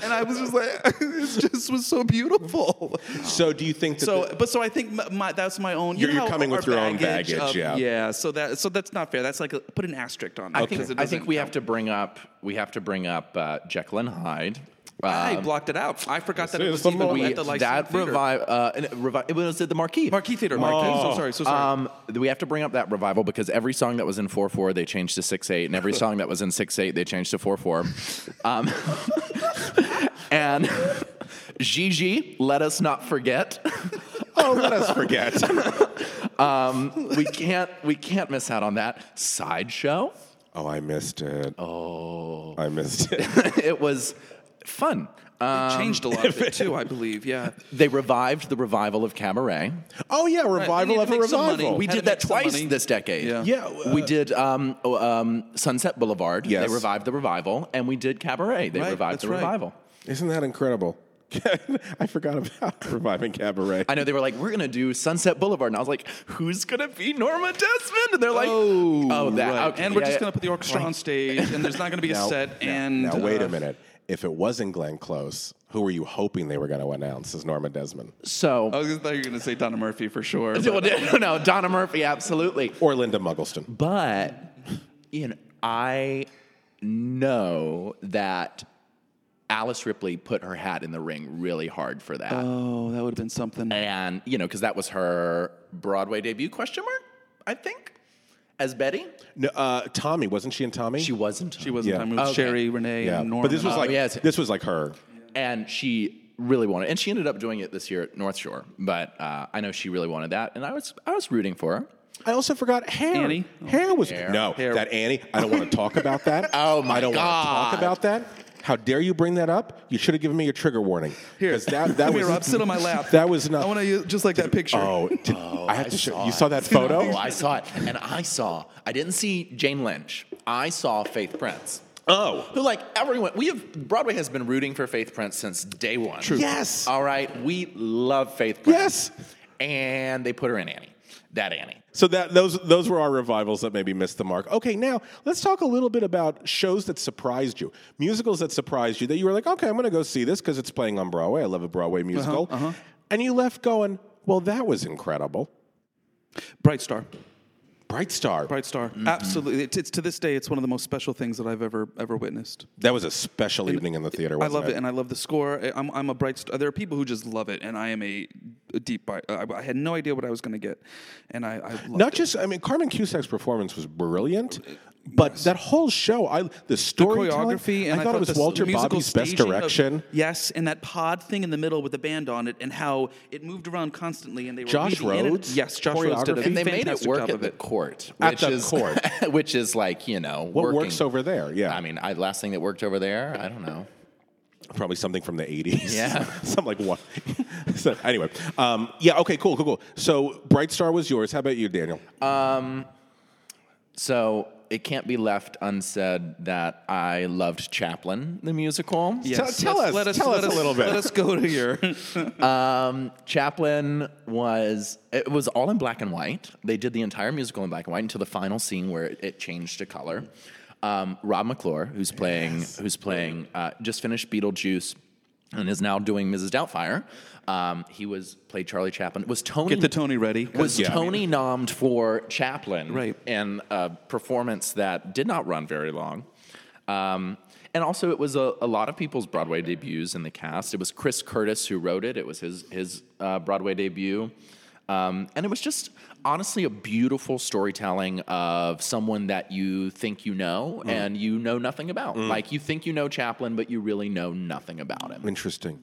Speaker 2: and I was just like, (laughs) it just was so beautiful.
Speaker 4: so, do you think
Speaker 2: (laughs)
Speaker 4: that.
Speaker 2: So,
Speaker 4: the-
Speaker 2: but so I think my, my, that's my own. you
Speaker 4: You're-
Speaker 2: know
Speaker 4: you're
Speaker 2: how
Speaker 4: coming with
Speaker 2: our
Speaker 4: your own baggage,
Speaker 2: of-
Speaker 4: yeah.
Speaker 2: Yeah. So that so that's not fair. That's like a, put an asterisk on. It
Speaker 5: I
Speaker 2: because
Speaker 5: think,
Speaker 2: it
Speaker 5: I think
Speaker 2: doesn't
Speaker 5: we
Speaker 2: count.
Speaker 5: have to bring up we have to bring up uh, Jekyll and Hyde.
Speaker 2: I
Speaker 5: Um,
Speaker 2: blocked it out. I forgot that it
Speaker 4: is
Speaker 2: was
Speaker 4: the
Speaker 2: even
Speaker 4: moment.
Speaker 2: at the Lyceum
Speaker 5: that
Speaker 2: Theater.
Speaker 5: revive uh, and it revi- it was at the Marquee.
Speaker 2: Marquee Theater. Marquee. So sorry. So sorry.
Speaker 5: Um, we have to bring up that revival because every song that was in four four they changed to six eight, and every song that was in six eight they changed to four four. Um, (laughs) and Gigi, let us not forget. (laughs)
Speaker 4: oh, let us
Speaker 2: (laughs)
Speaker 4: forget.
Speaker 5: We can't we can't miss out on that sideshow. (laughs)
Speaker 4: Oh, I missed it. Oh. I
Speaker 2: (laughs)
Speaker 4: missed it.
Speaker 5: it was fun. Uh,
Speaker 2: it changed a lot
Speaker 5: (laughs)
Speaker 2: of it too, I believe. Yeah.
Speaker 5: they revived the revival of Cabaret.
Speaker 4: oh, yeah,
Speaker 2: we
Speaker 4: revival
Speaker 2: need
Speaker 4: of
Speaker 2: to
Speaker 4: a
Speaker 2: make some money.
Speaker 4: revival.
Speaker 5: We
Speaker 2: Had
Speaker 5: did
Speaker 2: to
Speaker 5: that
Speaker 2: make some
Speaker 5: twice
Speaker 2: money.
Speaker 5: this decade.
Speaker 2: Yeah.
Speaker 4: Oh. Yeah, uh,
Speaker 5: we did um, oh, um, Sunset Boulevard.
Speaker 4: Yes.
Speaker 5: They revived the revival, and we did Cabaret. They
Speaker 2: Right,
Speaker 5: revived
Speaker 2: that's
Speaker 5: the
Speaker 2: right.
Speaker 5: revival.
Speaker 4: Isn't that incredible? (laughs) I forgot about (laughs) reviving cabaret.
Speaker 5: I know they were like, "We're gonna do Sunset Boulevard," and I was like, "Who's gonna be Norma Desmond?" And they're like,
Speaker 2: Oh,
Speaker 5: that."
Speaker 2: right.
Speaker 5: (laughs) okay,
Speaker 2: and we're
Speaker 5: yeah,
Speaker 2: just
Speaker 5: yeah.
Speaker 2: gonna put the orchestra on stage, and there's not gonna be a set. and
Speaker 4: (laughs) now wait a
Speaker 2: uh,
Speaker 4: minute. If it wasn't Glenn Close, who were you hoping they were going to announce as Norma Desmond
Speaker 5: So,
Speaker 2: I was gonna thought you were gonna say Donna Murphy for sure.
Speaker 5: Well, (laughs) no, no, Donna Murphy, absolutely.
Speaker 4: or Linda Muggleston?
Speaker 5: But you know, I know that Alice Ripley put her hat in the ring really hard for that,
Speaker 2: oh, that would have been something.
Speaker 5: and you know, because that was her Broadway debut? Question mark. I think as Betty,
Speaker 4: No, uh, Tommy wasn't she in Tommy?
Speaker 5: she wasn't.
Speaker 2: She wasn't.
Speaker 4: Yeah.
Speaker 2: I mean, with
Speaker 5: Okay.
Speaker 2: Sherry, Renee,
Speaker 4: Yeah,
Speaker 2: and Norman.
Speaker 4: but this was
Speaker 5: Oh,
Speaker 4: like
Speaker 5: yes.
Speaker 4: this was like her.
Speaker 5: and she really wanted and she ended up doing it this year at north shore but uh, i know she really wanted that and i was i was rooting for her
Speaker 4: I also forgot hair.
Speaker 2: Annie?
Speaker 4: Hair was no that Annie. I don't want to talk about that. (laughs) oh
Speaker 5: my
Speaker 4: I don't want to
Speaker 5: God.
Speaker 4: talk about that. How dare you bring that up? You should have given me your trigger warning. Because that, that
Speaker 2: Come
Speaker 4: was
Speaker 2: here, Rob, sit on my lap.
Speaker 4: That was not.
Speaker 2: I want to just like that picture.
Speaker 4: Oh, did- I have to show you
Speaker 5: (laughs)
Speaker 4: saw that photo.
Speaker 5: oh i saw it and i saw i didn't see jane lynch i saw faith prince
Speaker 4: Oh.
Speaker 5: who like everyone we have broadway has been rooting for faith prince since day one true
Speaker 4: Yes.
Speaker 5: all right we love faith prince
Speaker 4: Yes.
Speaker 5: and they put her in annie that annie
Speaker 4: So that those those were our revivals that maybe missed the mark. Okay, now let's talk a little bit about shows that surprised you, musicals that surprised you that you were like, okay, I'm going to go see this because it's playing on Broadway. I love a Broadway
Speaker 2: Uh-huh,
Speaker 4: musical, and you left going, well, that was incredible.
Speaker 2: Bright Star.
Speaker 4: Bright Star.
Speaker 2: Bright Star.
Speaker 4: Mm-hmm.
Speaker 2: Absolutely. It's, it's to this day, it's one of the most special things that I've ever ever witnessed.
Speaker 4: That was a special evening in the theater.
Speaker 2: I
Speaker 4: Wasn't
Speaker 2: love it, and I love the score. I- I'm, I'm a bright star. There are people who just love it, and I am a, a deep. Bi- I, I had no idea what I was going to get, and I, I loved
Speaker 4: Not
Speaker 2: it.
Speaker 4: just, I mean, Carmen Cusack's performance was brilliant, But that whole show, I the storytelling,
Speaker 2: choreography, and
Speaker 4: I thought it was
Speaker 2: this
Speaker 4: Walter
Speaker 2: musical
Speaker 4: Bobby's best
Speaker 2: staging of-
Speaker 4: direction.
Speaker 2: yes, and that pod thing in the middle with the band on it, and how it moved around constantly, and they were
Speaker 4: Josh
Speaker 2: weaving in and-
Speaker 4: Rhodes?
Speaker 2: Yes, Josh Rhodes did
Speaker 4: Choreography?
Speaker 2: a
Speaker 4: And
Speaker 5: they made it
Speaker 2: fantastic
Speaker 5: work
Speaker 2: job
Speaker 5: at
Speaker 2: of
Speaker 5: the
Speaker 2: it.
Speaker 5: court,
Speaker 4: At
Speaker 5: which
Speaker 4: the
Speaker 5: is (laughs)
Speaker 4: court.
Speaker 5: which is like you know
Speaker 4: What
Speaker 5: working-
Speaker 4: works over there? Yeah.
Speaker 5: I mean, I, last thing that worked over there, I don't know.
Speaker 4: probably something from the 80s.
Speaker 5: Yeah.
Speaker 4: (laughs) Something like what? so, anyway, um, yeah, okay, cool, cool, cool. So, Bright Star was yours. How about you, Daniel?
Speaker 2: Uh,
Speaker 5: So it can't be left unsaid that I loved Chaplin the musical.
Speaker 2: Yes,
Speaker 4: Tell-
Speaker 2: let's-
Speaker 4: tell us-
Speaker 2: let
Speaker 4: tell
Speaker 2: let
Speaker 4: us a little bit.
Speaker 2: Let us go to your.
Speaker 5: Chaplin was it was all in black and white. They did the entire musical in black and white until the final scene where it, it changed to color. Um, Rob McClure, who's playing who's playing uh, just finished Beetlejuice and is now doing Mrs. Doubtfire. Um, he was played Charlie Chaplin. Was
Speaker 2: (laughs)
Speaker 5: Tony
Speaker 2: Get the Tony ready, 'cause,
Speaker 5: Was
Speaker 2: yeah, I mean-
Speaker 5: Tony nommed for Chaplin?
Speaker 2: Right.
Speaker 5: in a performance that did not run very long. Um, and also, it was a, a lot of people's Broadway debuts in the cast. It was Chris Curtis who wrote it. It was his his uh, Broadway debut, um, and it was just honestly a beautiful storytelling of someone that you think you know
Speaker 2: Mm.
Speaker 5: and you know nothing about. Like you think you know Chaplin, but you really know nothing about him.
Speaker 4: Interesting.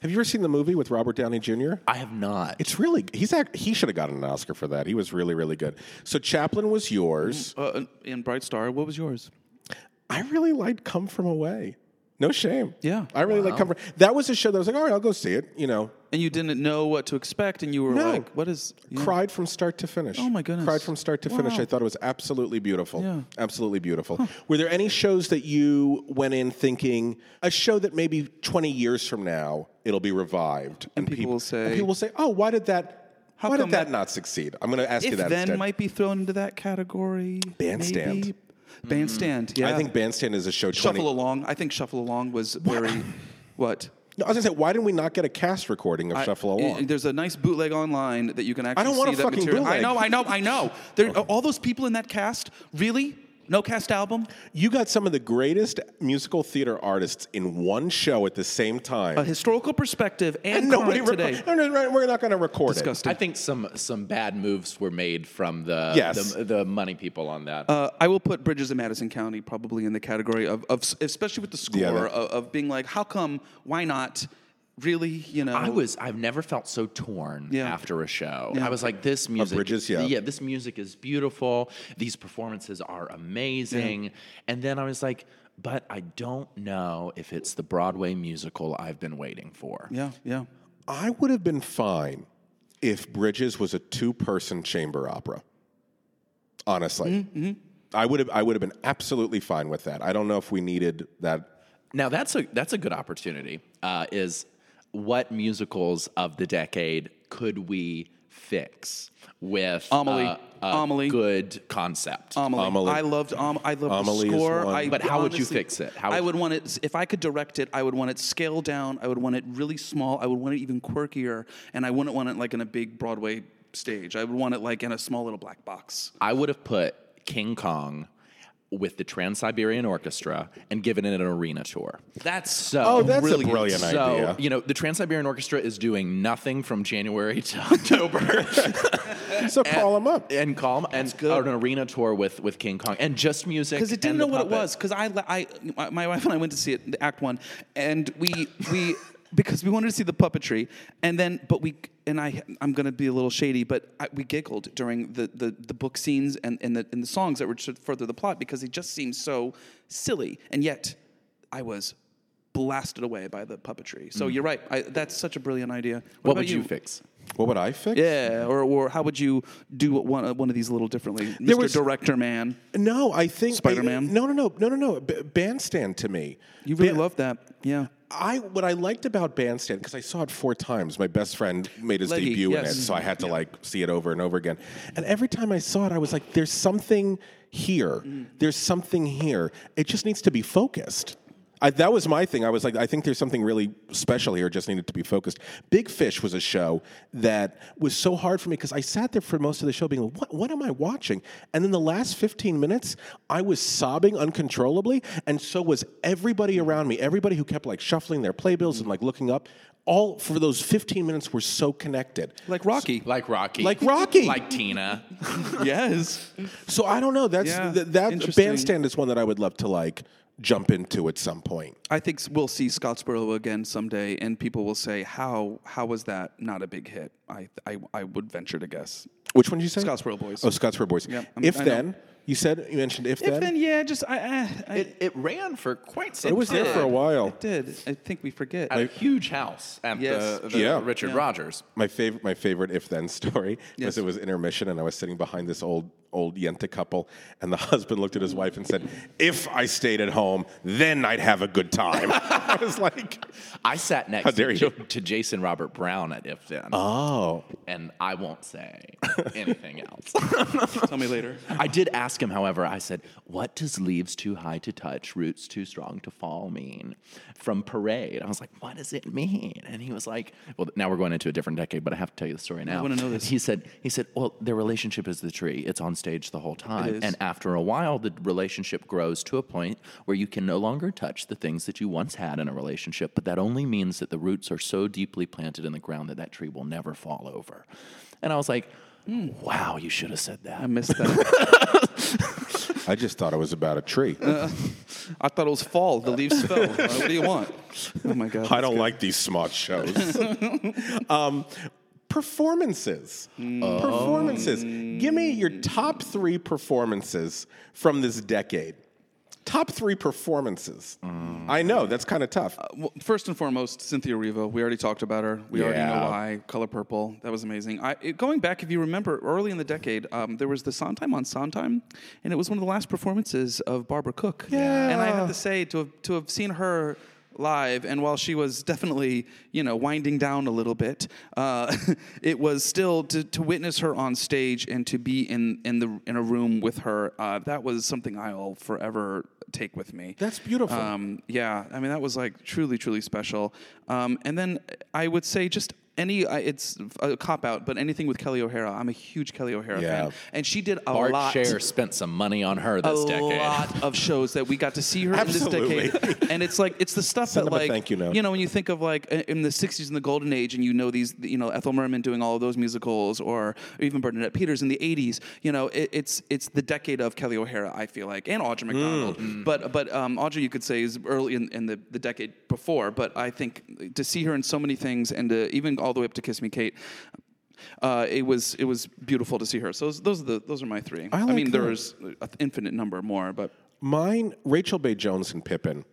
Speaker 4: Have you ever seen the movie with Robert Downey Jr.?
Speaker 5: I have not.
Speaker 4: It's really he's act, he should have gotten an Oscar for that. He was really really good. So Chaplin was yours.
Speaker 2: Uh, in Bright Star, what was yours?
Speaker 4: I really liked Come From Away. No shame.
Speaker 2: Yeah.
Speaker 4: I really like Come From. That was a show that I was like, all right, I'll go see it. You know,
Speaker 2: And you didn't know what to expect, and you were
Speaker 4: No.
Speaker 2: like, "What is?" yeah.
Speaker 4: Cried from start to finish.
Speaker 2: Oh, my goodness.
Speaker 4: Cried from start to finish.
Speaker 2: Wow.
Speaker 4: I thought it was absolutely beautiful.
Speaker 2: Yeah.
Speaker 4: Absolutely beautiful. Were there any shows that you went in thinking a show that maybe 20 years from now it'll be revived and,
Speaker 2: people
Speaker 4: peop-
Speaker 2: will say-
Speaker 4: and people will say, "Oh, why did that
Speaker 2: How
Speaker 4: why
Speaker 2: come
Speaker 4: did that,
Speaker 2: that-
Speaker 4: not succeed?" I'm going to ask you
Speaker 2: If
Speaker 4: that
Speaker 2: then
Speaker 4: instead.
Speaker 2: might be thrown into that category.
Speaker 4: Bandstand.
Speaker 2: maybe? Bandstand. Yeah.
Speaker 4: I think Bandstand is a show 20
Speaker 2: Shuffle Along. I think Shuffle Along was very. What?
Speaker 4: No, I was going to say, why didn't we not get a cast recording of Shuffle
Speaker 2: I- e-,
Speaker 4: Along?
Speaker 2: There's a nice bootleg online that you can actually
Speaker 4: don't want
Speaker 2: see
Speaker 4: a
Speaker 2: that
Speaker 4: fucking
Speaker 2: material. I
Speaker 4: bootleg.
Speaker 2: know, I know, I know. There, All those people in that cast, really? No cast album?
Speaker 4: You got some of the greatest musical theater artists in one show at the same time.
Speaker 2: A historical perspective and,
Speaker 4: and (laughs) nobody
Speaker 2: current today.
Speaker 4: reco- No, no, right, we're not going to record
Speaker 2: Disgusting.
Speaker 5: I think some some bad moves were made from the
Speaker 4: Yes.
Speaker 5: the, the money people on that.
Speaker 2: Uh, I will put Bridges in Madison County probably in the category of, of especially with the score,
Speaker 4: Yeah, that-
Speaker 2: of, of being like, how come, why not? Really, you know?
Speaker 5: I was I've never felt so torn
Speaker 2: Yeah.
Speaker 5: after a show.
Speaker 2: Yeah.
Speaker 5: I was like this music
Speaker 4: Bridges, yeah.
Speaker 5: this music is beautiful. These performances are amazing. And then I was like but I don't know if it's the Broadway musical I've been waiting for.
Speaker 2: Yeah, yeah.
Speaker 4: it. I would have been fine if Bridges was a two-person chamber opera. Honestly,
Speaker 2: Mm, mm-hmm.
Speaker 4: I would have. I would have been absolutely fine with that. I don't know if we needed that.
Speaker 5: Now that's a that's a good opportunity. Uh, is what musicals of the decade could we fix with
Speaker 2: Amelie.
Speaker 5: uh, a
Speaker 2: Amelie.
Speaker 5: good concept? Um,
Speaker 2: Amelie.
Speaker 4: Amelie.
Speaker 2: I loved Am- I loved
Speaker 4: Amelie
Speaker 2: the
Speaker 4: is
Speaker 2: score.
Speaker 4: one.
Speaker 2: I,
Speaker 5: But how would you
Speaker 2: honestly-
Speaker 5: fix it? How would
Speaker 2: I
Speaker 5: you-
Speaker 2: would want it if I could direct it. I would want it scaled down. I would want it really small. I would want it even quirkier, and I wouldn't want it like in a big Broadway stage. I would want it like in a small little black box.
Speaker 5: I would have put King Kong with the Trans Siberian Orchestra and given it an arena tour. That's so.
Speaker 4: Oh, that's a
Speaker 5: brilliant.
Speaker 4: brilliant
Speaker 5: so,
Speaker 4: idea.
Speaker 5: You know, the Trans Siberian Orchestra is doing nothing from January to (laughs) October.
Speaker 4: So
Speaker 2: Eh,
Speaker 4: call him up.
Speaker 5: and calm and good. an arena tour with with King Kong and just music.
Speaker 2: Because it didn't
Speaker 5: and
Speaker 2: know
Speaker 5: the
Speaker 2: what it
Speaker 5: puppet.
Speaker 2: was. Because I, I, my- my wife and I went to see it, the Act One, and we we because we wanted to see the puppetry, and then but we and I I'm gonna be a little shady, but I, we giggled during the, the the book scenes and and the and the songs that were to further the plot because it just seemed so silly, and yet I was blasted away by the puppetry. So
Speaker 5: Mm.
Speaker 2: you're right. I, that's such a brilliant idea.
Speaker 5: What
Speaker 2: about
Speaker 5: would you fix?
Speaker 4: What would I fix?
Speaker 2: Yeah, or, or how would you do one uh, one of these a little differently, Mr.
Speaker 4: was-
Speaker 2: Director Man?
Speaker 4: No, I think
Speaker 2: Spider-Man?
Speaker 4: No, no, no, no, no, no. B- Bandstand to me.
Speaker 2: You really love that, yeah.
Speaker 4: I what I liked about Bandstand because I saw it four times. My best friend made his
Speaker 2: Leggy,
Speaker 4: debut in
Speaker 2: yes.
Speaker 4: it, so I had to like see it over and over again. And every time I saw it, I was like, "There's something here. There's something here. It just needs to be focused." I, that was my thing. I was like, I think there's something really special here. It Just needed to be focused. Big Fish was a show that was so hard for me because I sat there for most of the show being like, what, what am I watching? And then the last 15 minutes, I was sobbing uncontrollably. And so was everybody around me. Everybody who kept like shuffling their playbills and like looking up. All for those 15 minutes were so connected.
Speaker 2: Like Rocky.
Speaker 5: (laughs) Like Rocky.
Speaker 4: Like Rocky.
Speaker 5: (laughs) like Tina.
Speaker 2: yes.
Speaker 4: So I don't know. That's
Speaker 5: Yeah,
Speaker 4: th- that
Speaker 2: interesting.
Speaker 4: bandstand is one that I would love to like jump into at some point.
Speaker 2: I think s- we'll see Scottsboro again someday, and people will say, "How how was that not a big hit?" I I, I would venture to guess.
Speaker 4: Which one did you say?
Speaker 2: Scottsboro Boys.
Speaker 4: Oh, Scottsboro Boys.
Speaker 2: Yeah, I'm-
Speaker 4: if
Speaker 2: I know.
Speaker 4: then, you said you mentioned if,
Speaker 2: If then, yeah, just I. I, I
Speaker 5: it, it ran for quite some.
Speaker 4: It was there
Speaker 5: time.
Speaker 4: for a while.
Speaker 2: It did. I think we forget.
Speaker 5: At a huge house at
Speaker 2: Yes.
Speaker 5: the, the Richard Rogers.
Speaker 4: My favorite, my favorite if then story
Speaker 5: Yes.
Speaker 4: was it was intermission, and I was sitting behind this old old Yenta couple, and the (laughs) husband looked at his wife and said, "If I stayed at home, then I'd have a good time." (laughs) I was like,
Speaker 5: I sat next
Speaker 4: How dare
Speaker 5: to,
Speaker 4: you.
Speaker 5: J- to Jason Robert Brown at If Then.
Speaker 4: Oh.
Speaker 5: And I won't (laughs) say anything else.
Speaker 2: Tell me later.
Speaker 5: I did ask him, however, I said, What does leaves too high to touch, roots too strong to fall mean? From Parade. I was like, What does it mean? And he was like, Well, now we're going into a different decade, but I have to tell you the story now.
Speaker 2: wanna know this.
Speaker 5: He said, he said, Well, their relationship is the tree. It's on stage the whole time.
Speaker 2: is.
Speaker 5: And after a while, the relationship grows to a point where you can no longer touch the things that you once had in a relationship, but that only means that the roots are so deeply planted in the ground that that tree will never fall over. And I was like,
Speaker 2: Hmm.
Speaker 5: Wow, you should have said that. I
Speaker 2: missed that.
Speaker 4: "I just thought it was about a tree."
Speaker 2: Uh-huh. I thought it was fall. The leaves fell. Uh, what do you want? Oh my god.
Speaker 4: (laughs) I don't like these
Speaker 2: (laughs)
Speaker 4: smart shows. um, performances.
Speaker 2: Oh.
Speaker 4: Performances. Give me your top three performances from this decade. Top three performances.
Speaker 2: Mm.
Speaker 4: I know that's kind of tough.
Speaker 2: well, first and foremost, Cynthia Riva. We already talked about her. We already know
Speaker 4: Yeah.
Speaker 2: why. Color Purple. That was amazing. I, it- going back, if you remember, early in the decade, um, there was the Sondheim on Sondheim, and it was one of the last performances of Barbara Cook. Yeah. And I have to say, to have, to have seen her live, and while she was definitely, you know, winding down a little bit, uh, (laughs) it was still to, to witness her on stage and to be in, in, the, in a room with her. Uh, that was something I'll forever take with me.
Speaker 4: That's beautiful.
Speaker 2: Um, yeah, I mean that was like truly, truly special. Um, and then I would say just any, I- it's a cop out, but anything with Kelly O'Hara. I'm a huge Kelly O'Hara
Speaker 5: Yeah.
Speaker 2: fan, and she did a
Speaker 5: Bart
Speaker 2: lot.
Speaker 5: Scher spent some money on her this
Speaker 2: a
Speaker 5: decade.
Speaker 2: lot of shows that we got to see her in this
Speaker 5: Absolutely.
Speaker 2: decade, and it's like it's the stuff
Speaker 5: Send
Speaker 2: that
Speaker 5: them a
Speaker 2: like
Speaker 5: thank you note.
Speaker 2: know when you think of like i- in the '60s and the Golden Age, and you know these you know Ethel Merman doing all of those musicals, or even Bernadette Peters in the '80s. You know, it, it's it's the decade of Kelly O'Hara, I feel like, and
Speaker 4: Mm.
Speaker 2: Audra McDonald. But but um, Audra, you could say is early in, in the, the decade before. But I think to see her in so many things, and to, even all the way up to Kiss Me Kate. Uh, it was it was beautiful to see her. So those, those are the those are my three.
Speaker 4: I
Speaker 2: mean,
Speaker 4: like
Speaker 2: there
Speaker 4: her.
Speaker 2: was an infinite number more, but
Speaker 4: Mine, Rachel Bay Jones and Pippin,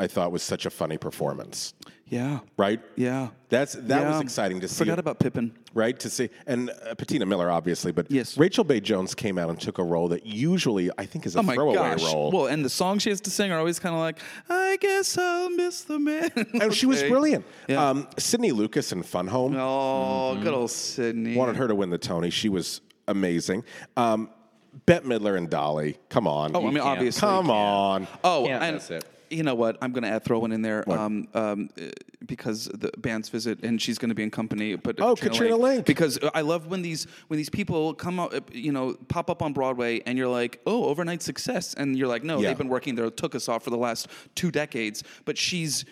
Speaker 4: I thought was such a funny performance.
Speaker 2: yeah,
Speaker 4: Right?
Speaker 2: Yeah.
Speaker 4: That's that was
Speaker 2: Yeah.
Speaker 4: exciting to see.
Speaker 2: Forgot about Pippin.
Speaker 4: Right to see, and uh, Patina Miller obviously, but yes. Rachel Bay Jones came out and took a role that usually I think is a
Speaker 2: oh my
Speaker 4: throwaway
Speaker 2: gosh.
Speaker 4: role.
Speaker 2: Well, and the songs she has to sing are always kind of like, I guess I'll miss the man.
Speaker 4: and Oh, she
Speaker 2: (laughs)
Speaker 4: was
Speaker 2: Okay.
Speaker 4: brilliant. Um, Sydney Lucas in Fun Home.
Speaker 2: Oh,
Speaker 4: Mm-hmm.
Speaker 2: good old Sydney.
Speaker 4: Wanted her to win the Tony. She was amazing. Um, Bette Midler and Dolly. Come on.
Speaker 2: Oh, I mean, obviously.
Speaker 4: Come on.
Speaker 2: Oh, and you know what? I'm going to add throw one in there um, um, uh, because the band's visit and she's going to be in company. But
Speaker 4: Oh, Katrina Lake.
Speaker 2: Because I love when these when these people come out, uh, you know, pop up on Broadway and you're like, oh, overnight success, and you're like, no,
Speaker 4: Yeah.
Speaker 2: they've been working there, took us off for the last two decades, but she's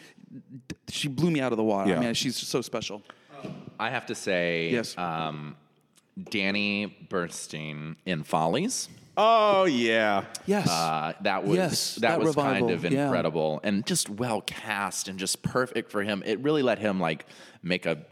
Speaker 2: she blew me out of the water.
Speaker 5: Yeah.
Speaker 2: I mean, she's so special.
Speaker 5: I have to say, yes. um, Danny Bernstein in Follies.
Speaker 4: Oh yeah.
Speaker 2: Yes.
Speaker 5: Uh, that was
Speaker 2: Yes,
Speaker 5: that,
Speaker 2: that
Speaker 5: was
Speaker 2: revival,
Speaker 5: kind of
Speaker 2: yeah.
Speaker 5: incredible and just well cast and just perfect for him. It really let him like make a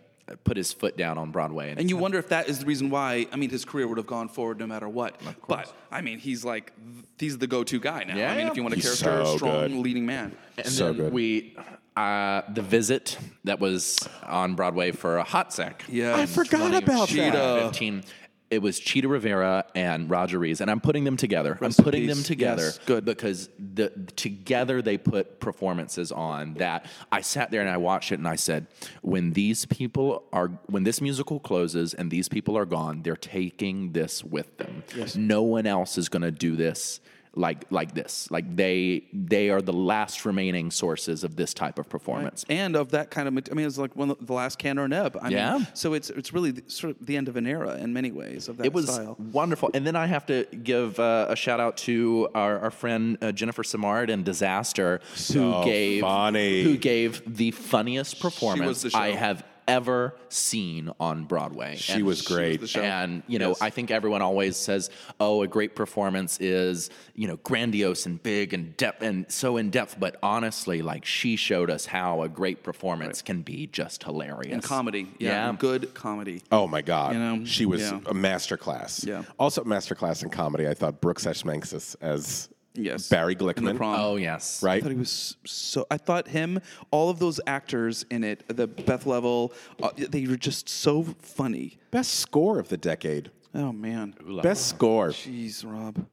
Speaker 5: put his foot down on Broadway and,
Speaker 2: And you wonder if that is the reason why, I mean, his career would have gone forward no matter what. But, I mean, he's like, th- he's the go to guy now. I mean, if you want a
Speaker 5: He's
Speaker 2: character,
Speaker 5: so
Speaker 2: strong,
Speaker 5: good.
Speaker 2: leading man.
Speaker 5: And then we uh, the visit that was on Broadway for a hot sec.
Speaker 2: Yeah,
Speaker 5: I
Speaker 2: forgot about that. Cheetah.
Speaker 5: 15. It was Cheetah Rivera and Roger Rees, and I'm putting them together.
Speaker 2: Rest
Speaker 5: I'm
Speaker 2: in
Speaker 5: putting them
Speaker 2: peace.
Speaker 5: together
Speaker 2: Yes,
Speaker 5: good because the together they put performances on that. I sat there and I watched it, and I said, when these people are when this musical closes and these people are gone, they're taking this with them.
Speaker 2: Yes.
Speaker 5: No one else is going to do this like like this. Like they they are the last remaining sources of this type of performance.
Speaker 2: And of that kind of, mat- I mean, it's like one of the last Cantor and Ebb. I
Speaker 5: Yeah.
Speaker 2: Mean, so it's it's really the, sort of the end of an era in many ways of that
Speaker 5: it was
Speaker 2: style.
Speaker 5: wonderful. And then I have to give uh, a shout out to our, our friend uh, Jennifer Simard and Disaster,
Speaker 4: So
Speaker 5: who gave
Speaker 4: funny.
Speaker 5: who gave the funniest performance
Speaker 4: the show.
Speaker 5: I have ever seen on Broadway.
Speaker 4: She was She was great. the show.
Speaker 5: And you know, I think everyone always says, "Oh, a great performance is you know grandiose and big and depth and so in depth." But honestly, like she showed us how a great performance can be just hilarious
Speaker 2: And comedy. Yeah. Good comedy.
Speaker 4: Oh my God,
Speaker 2: You know?
Speaker 4: she was
Speaker 2: Yeah.
Speaker 4: a masterclass.
Speaker 2: Yeah.
Speaker 4: Also, a masterclass in comedy. I thought Brooks Eschmanxis as
Speaker 2: Yes.
Speaker 4: Barry
Speaker 2: In the
Speaker 4: Glickman.
Speaker 2: prom.
Speaker 5: Oh, yes.
Speaker 4: Right.
Speaker 2: I thought he was so. I thought him, all of those actors in it, the Beth Level, uh, they were just so funny.
Speaker 4: Best score of the decade.
Speaker 2: Oh man.
Speaker 4: Best score.
Speaker 2: Jeez, Rob.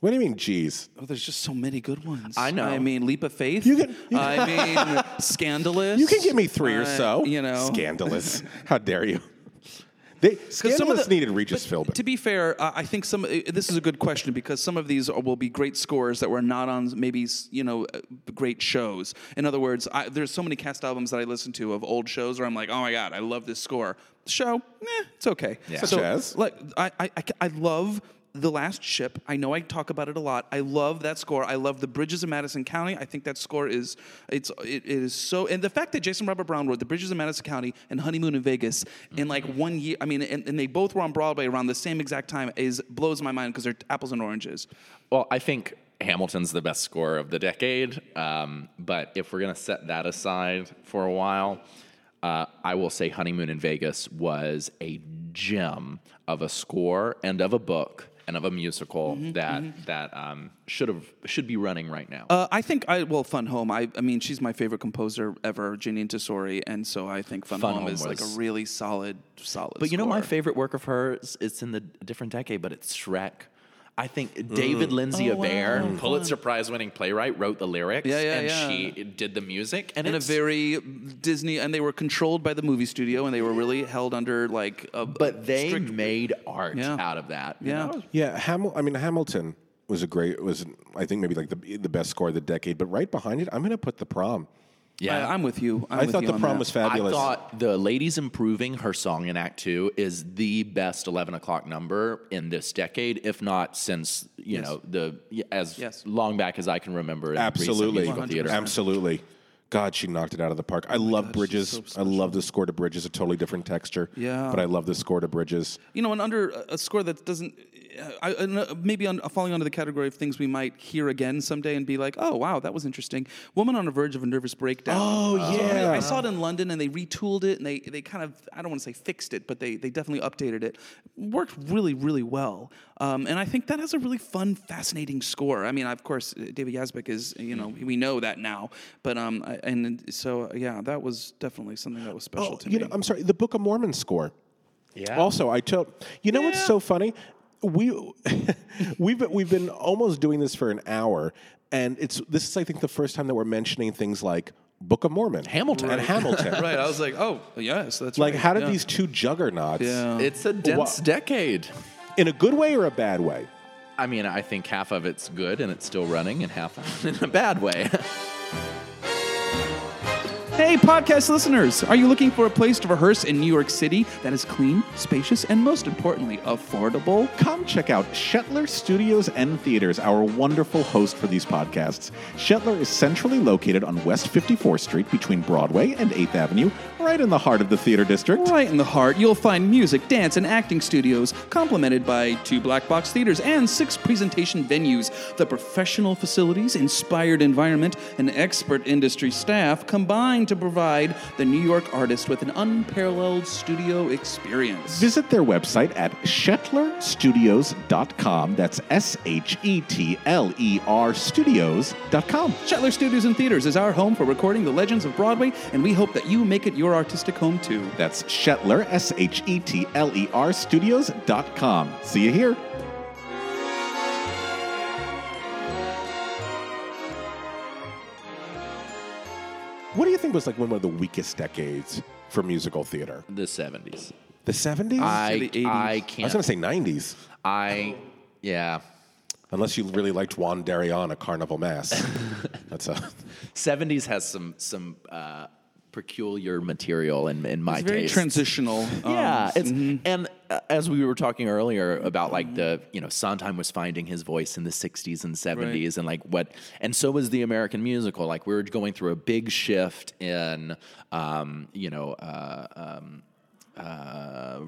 Speaker 4: What do you mean, geez?
Speaker 2: Oh, there's just so many good ones.
Speaker 5: I know.
Speaker 2: I mean, leap of faith. You can.
Speaker 4: (laughs)
Speaker 2: I mean, scandalous.
Speaker 4: You can give me three or
Speaker 2: Uh,
Speaker 4: so.
Speaker 2: You know, (laughs)
Speaker 4: scandalous. How dare you? They scandalous
Speaker 2: some of the-
Speaker 4: needed Regis Philbin.
Speaker 2: To be fair, uh, I think some. uh, This is a good question because some of these are, will be great scores that were not on maybe s- you know uh, great shows. In other words, I, there's so many cast albums that I listen to of old shows where I'm like, oh my god, I love this score. The show, eh, it's okay.
Speaker 4: Yeah. Such as?
Speaker 2: like I, I, I c- I love. The Last Ship. I know I talk about it a lot. I love that score. I love the Bridges of Madison County. I think that score is it's it, it is so. And the fact that Jason Robert Brown wrote the Bridges of Madison County and Honeymoon in Vegas in like one year. I mean, and, and they both were on Broadway around the same exact time. Is blows my mind because they're apples and oranges.
Speaker 5: Well, I think Hamilton's the best score of the decade. Um, but if we're going to set that aside for a while, uh, I will say Honeymoon in Vegas was a gem of a score and of a book and of a musical that that um, should have should be running right now.
Speaker 2: Uh, I think I well, Fun Home. I, I mean, she's my favorite composer ever, Janine Tesori, and so I think Fun,
Speaker 5: Fun
Speaker 2: Home,
Speaker 5: Home
Speaker 2: is like
Speaker 5: was-
Speaker 2: a really solid, solid.
Speaker 5: But you know, my
Speaker 2: score.
Speaker 5: favorite work of hers, it's in the different decade, but it's Shrek. I think David Lindsay
Speaker 2: Oh, wow.
Speaker 5: Abair,
Speaker 2: Mm.
Speaker 5: Mm. Pulitzer Prize winning playwright, wrote the lyrics
Speaker 2: Yeah, yeah,
Speaker 5: and
Speaker 2: yeah.
Speaker 5: she did the music. And
Speaker 2: in a
Speaker 5: it's-
Speaker 2: very Disney, and they were controlled by the movie studio, and they were really held under like. A,
Speaker 5: but they made art out of that. you
Speaker 2: Yeah.
Speaker 5: know?
Speaker 4: Yeah, Hamil- I mean Hamilton was a great was I think maybe like the the best score of the decade, but right behind it, I'm going to put the prom.
Speaker 5: Yeah.
Speaker 2: I, am with you. I'm
Speaker 4: i
Speaker 2: with
Speaker 4: thought
Speaker 2: you
Speaker 4: the
Speaker 2: on
Speaker 4: prom
Speaker 2: that.
Speaker 4: was fabulous.
Speaker 5: I thought the ladies improving her song in Act Two is the best eleven o'clock number in this decade, if not since you
Speaker 2: Yes.
Speaker 5: know the yeah, as
Speaker 2: Yes.
Speaker 5: long back as I can remember. in recent
Speaker 4: absolutely,
Speaker 5: musical theater.
Speaker 4: absolutely. God, she knocked it out of the
Speaker 2: Oh
Speaker 4: park. I love Bridges. I love the score to Bridges. A totally different texture.
Speaker 2: Yeah.
Speaker 4: but I love the score to Bridges.
Speaker 2: you know, and under a- a score that doesn't, uh, I, I know- maybe on, falling under the category of things we might hear again someday and be like, oh wow, that was interesting. Woman on the verge of a nervous breakdown.
Speaker 4: Oh, yeah.
Speaker 2: I, I saw it in London and they retooled it and they they kind of I don't want to say fixed it, but they they definitely updated it. Worked really really well, um, and I think that has a really fun, fascinating score. I mean, of course, uh, David Yazbek is you know we know that now, but um I, and so yeah, that was definitely something that was special
Speaker 4: Oh,
Speaker 2: to
Speaker 4: you
Speaker 2: me.
Speaker 4: know, I'm sorry. The Book of Mormon score. Yeah. Also, I took. You know what's so funny? We (laughs) we've been, we've been almost doing this for an hour, and it's this is I think the first time that we're mentioning things like Book of Mormon,
Speaker 5: Hamilton.
Speaker 4: and Hamilton.
Speaker 2: (laughs) right, I was like, oh yes, that's
Speaker 4: Like,
Speaker 2: right,
Speaker 4: how did
Speaker 2: yeah.
Speaker 4: these two juggernauts,
Speaker 2: Yeah.
Speaker 5: It's a dense decade.
Speaker 4: in a good way or a bad way?
Speaker 5: I mean, I think half of it's good and it's still running, and half of it in a bad way.
Speaker 2: Hey, podcast listeners, are you looking for a place to rehearse in New York City that is clean, spacious, and most importantly, affordable?
Speaker 3: Come check out Shetler Studios and Theaters, our wonderful host for these podcasts. Shetler is centrally located on West 54th Street between Broadway and 8th Avenue, right in the heart of the theater district.
Speaker 2: Right in the heart, you'll find music, dance, and acting studios, complemented by two black box theaters and six presentation venues. The professional facilities, inspired environment, and expert industry staff combine to provide the New York artist with an unparalleled studio experience.
Speaker 3: Visit their website at shetlerstudios.com. That's S H E T L E R studios.com.
Speaker 2: Shetler Studios and Theaters is our home for recording the legends of Broadway, and we hope that you make it your artistic home too.
Speaker 3: That's Shetler, S H E T L E R studios.com. See you here.
Speaker 4: What do you think was like one of the weakest decades for musical theater?
Speaker 5: (laughs) The 70s.
Speaker 4: The 70s?
Speaker 5: I, I can't.
Speaker 4: I was going to say 90s.
Speaker 5: I, yeah.
Speaker 4: Unless you really liked Juan Darion, A Carnival
Speaker 5: (laughs)
Speaker 4: Mass. That's a.
Speaker 5: 70s has some, some, uh, peculiar material in, in my
Speaker 2: It's very
Speaker 5: taste.
Speaker 2: transitional. um,
Speaker 5: yeah, it's, and uh, as we were talking earlier about like the you know Sondheim was finding his voice in the '60s and '70s, and like what, and so was the American musical. Like we were going through a big shift in um, you know. Uh, um, uh,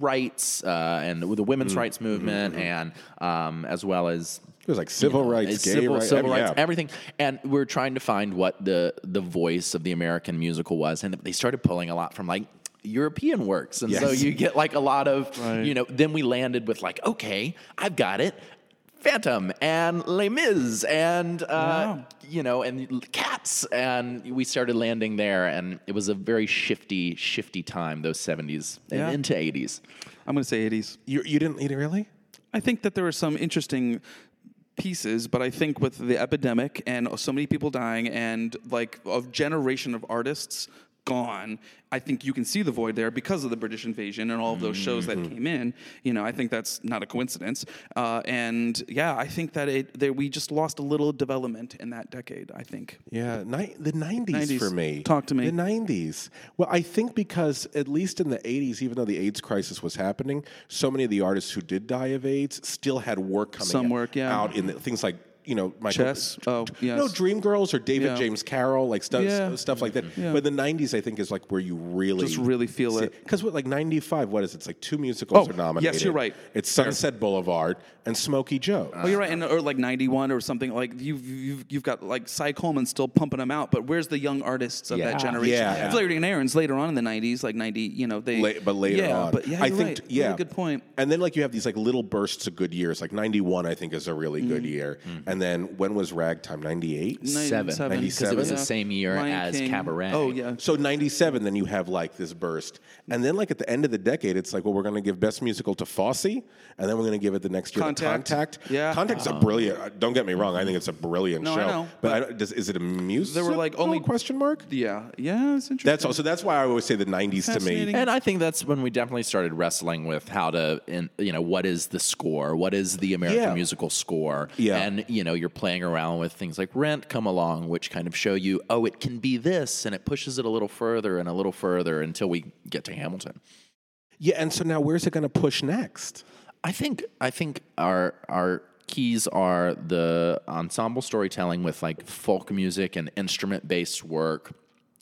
Speaker 5: rights uh, and the
Speaker 2: Mm-hmm.
Speaker 5: women's rights movement, and um, as well as
Speaker 4: It was like civil rights,
Speaker 5: it's
Speaker 4: gay
Speaker 5: civil,
Speaker 4: rights.
Speaker 5: civil
Speaker 4: I mean,
Speaker 5: rights,
Speaker 4: yeah.
Speaker 5: everything. And we're trying to find what the the voice of the American musical was, and they started pulling a lot from like European works, and so
Speaker 4: Yes.
Speaker 5: you get like a lot of
Speaker 2: Right.
Speaker 5: you know. Then we landed with like, okay, I've got it. Phantom and Les Mis and uh,
Speaker 2: Wow.
Speaker 5: you know and Cats and we started landing there and it was a very shifty shifty time those 70s and
Speaker 2: Yeah.
Speaker 5: into 80s
Speaker 2: I'm going to say 80s.
Speaker 4: You, you didn't eat it really?
Speaker 2: I think that there are some interesting pieces, but I think with the epidemic and so many people dying and like a generation of artists gone, I think you can see the void there because of the British invasion and all of those shows that came in. You know, I think that's not a coincidence. Uh, and yeah, I think that it that we just lost a little development in that decade. I think.
Speaker 4: Yeah, ni- the 90s,
Speaker 2: 90s.
Speaker 4: for me.
Speaker 2: Talk to me.
Speaker 4: The 90s. Well, I think because at least in the 80s, even though the AIDS crisis was happening, so many of the artists who did die of AIDS still had work coming
Speaker 2: Some work, yeah.
Speaker 4: out in the, things like, you know, Michael,
Speaker 2: Chess. Oh, yes.
Speaker 4: No, Dreamgirls or David
Speaker 2: Yeah.
Speaker 4: James Carroll, like stuff,
Speaker 2: Yeah.
Speaker 4: stuff like that. But the 90s, I think, is like where you really
Speaker 2: Just really feel it.
Speaker 4: Because what, like 95, what is it? It's like two musicals
Speaker 2: Oh,
Speaker 4: are
Speaker 2: yes, you're
Speaker 4: nominated.
Speaker 2: right.
Speaker 4: It's Sunset Boulevard and Smokey Joe.
Speaker 2: Oh, you're right, and or like '91 or something like you've you've you've got like Cy Coleman still pumping them out, but where's the young artists of
Speaker 5: Yeah.
Speaker 2: that generation?
Speaker 4: Yeah. Yeah.
Speaker 2: Flaherty and Aaron's later on in the '90s, like '90, you know they.
Speaker 4: La- but later
Speaker 2: yeah,
Speaker 4: on,
Speaker 2: but yeah,
Speaker 4: I
Speaker 2: you're
Speaker 4: think
Speaker 2: right.
Speaker 4: t- yeah,
Speaker 2: really good point.
Speaker 4: And then like you have these like little bursts of good years. Like '91, I think, is a really good
Speaker 2: Mm-hmm.
Speaker 4: year. And then when was Ragtime? '98.
Speaker 5: Seven. Because it was the same year
Speaker 2: Lion
Speaker 5: as
Speaker 2: King.
Speaker 5: Cabaret.
Speaker 2: Oh yeah,
Speaker 4: So '97, then you have like this burst, and then like at the end of the decade, it's like, well, we're going to give Best Musical to Fosse, and then we're going to give it the next year
Speaker 2: Contact.
Speaker 4: to Contact.
Speaker 2: Yeah. Oh.
Speaker 4: Contact's a brilliant. uh, Don't get me wrong, I think it's a brilliant
Speaker 2: No, I
Speaker 4: show.
Speaker 2: know,
Speaker 4: But,
Speaker 2: but-
Speaker 4: I don't, does, is it a music?
Speaker 2: there were like only
Speaker 4: question mark.
Speaker 2: yeah, yeah. It's interesting.
Speaker 4: That's also that's why I always say the '90s to me.
Speaker 2: Fascinating.
Speaker 5: And I think that's when we definitely started wrestling with how to, in, you know, what is the score? What is the American
Speaker 4: Yeah.
Speaker 5: musical score?
Speaker 4: Yeah.
Speaker 5: And, you know, you're playing around with things like Rent Come Along, which kind of show you, oh, it can be this, and it pushes it a little further and a little further until we get to Hamilton.
Speaker 4: Yeah, and so now where's it going to push next?
Speaker 5: I think I think our our keys are the ensemble storytelling with like folk music and instrument based work.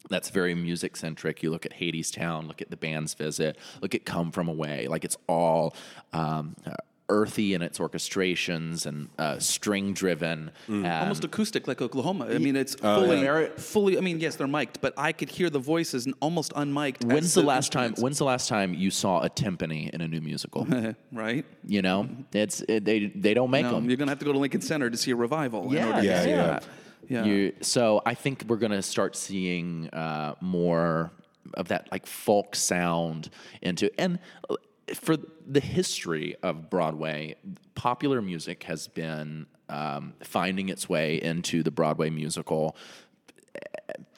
Speaker 5: That's very music centric. You look at Hades Town, look at the band's visit, look at Come From Away. Like it's all um, uh, earthy in its orchestrations and uh, string driven.
Speaker 2: Mm. almost acoustic like Oklahoma. I mean, it's
Speaker 4: Oh,
Speaker 2: fully, fully. I mean, yes, they're mic'd, but I could hear the voices and almost unmiked. as
Speaker 5: When's the last time?
Speaker 2: instruments.
Speaker 5: When's the last time you saw a timpani in a new
Speaker 2: (laughs)
Speaker 5: musical?
Speaker 2: Right.
Speaker 5: you know, it's it, they they don't make
Speaker 2: No,
Speaker 5: them.
Speaker 2: you're gonna have to go to Lincoln Center to see a revival. in
Speaker 5: Yeah,
Speaker 2: order to
Speaker 4: Yeah,
Speaker 2: see
Speaker 4: yeah.
Speaker 2: that. Yeah.
Speaker 5: You, so I think we're going to start seeing uh, more of that like folk sound into and uh, for the history of Broadway, popular music has been um, finding its way into the Broadway musical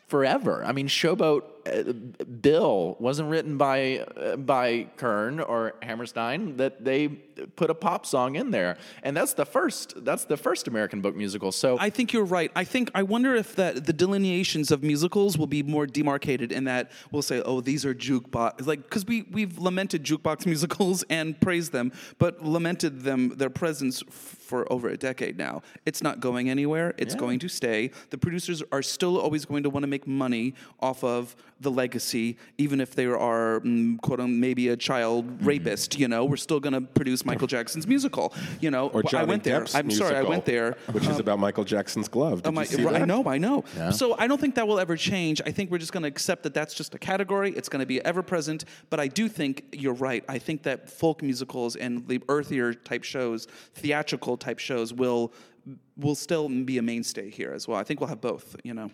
Speaker 5: forever. I mean, Showboat uh, bill wasn't written by uh, by Kern or Hammerstein that they put a pop song in there, and that's the first that's the first American book musical. So
Speaker 2: I think you're right. I think I wonder if that the delineations of musicals will be more demarcated in that we'll say, oh, these are jukebox, like because we we've lamented jukebox (laughs) musicals and praised them, but lamented them their presence f- for over a decade now. It's not going anywhere. It's
Speaker 5: Yeah.
Speaker 2: going to stay. The producers are still always going to want to make money off of the legacy, even if they are mm, quote unquote maybe a child
Speaker 4: Mm-hmm.
Speaker 2: rapist. You know, we're still going to produce Michael Jackson's musical. You know, Well,
Speaker 4: Or Johnny
Speaker 2: I went
Speaker 4: Depp's
Speaker 2: there. I'm sorry, I
Speaker 4: musical,
Speaker 2: went there.
Speaker 4: Which is
Speaker 2: Um,
Speaker 4: about Michael Jackson's glove. Did
Speaker 2: Am
Speaker 4: you
Speaker 2: I,
Speaker 4: see
Speaker 2: Oh I
Speaker 4: that?
Speaker 2: know, I know.
Speaker 4: Yeah.
Speaker 2: So I don't think that will ever change. I think we're just going to accept that that's just a category. It's going to be ever present. But I do think you're right. I think that folk musicals and the earthier type shows, theatrical type shows, will will still be a mainstay here as well. I think we'll have both. You know.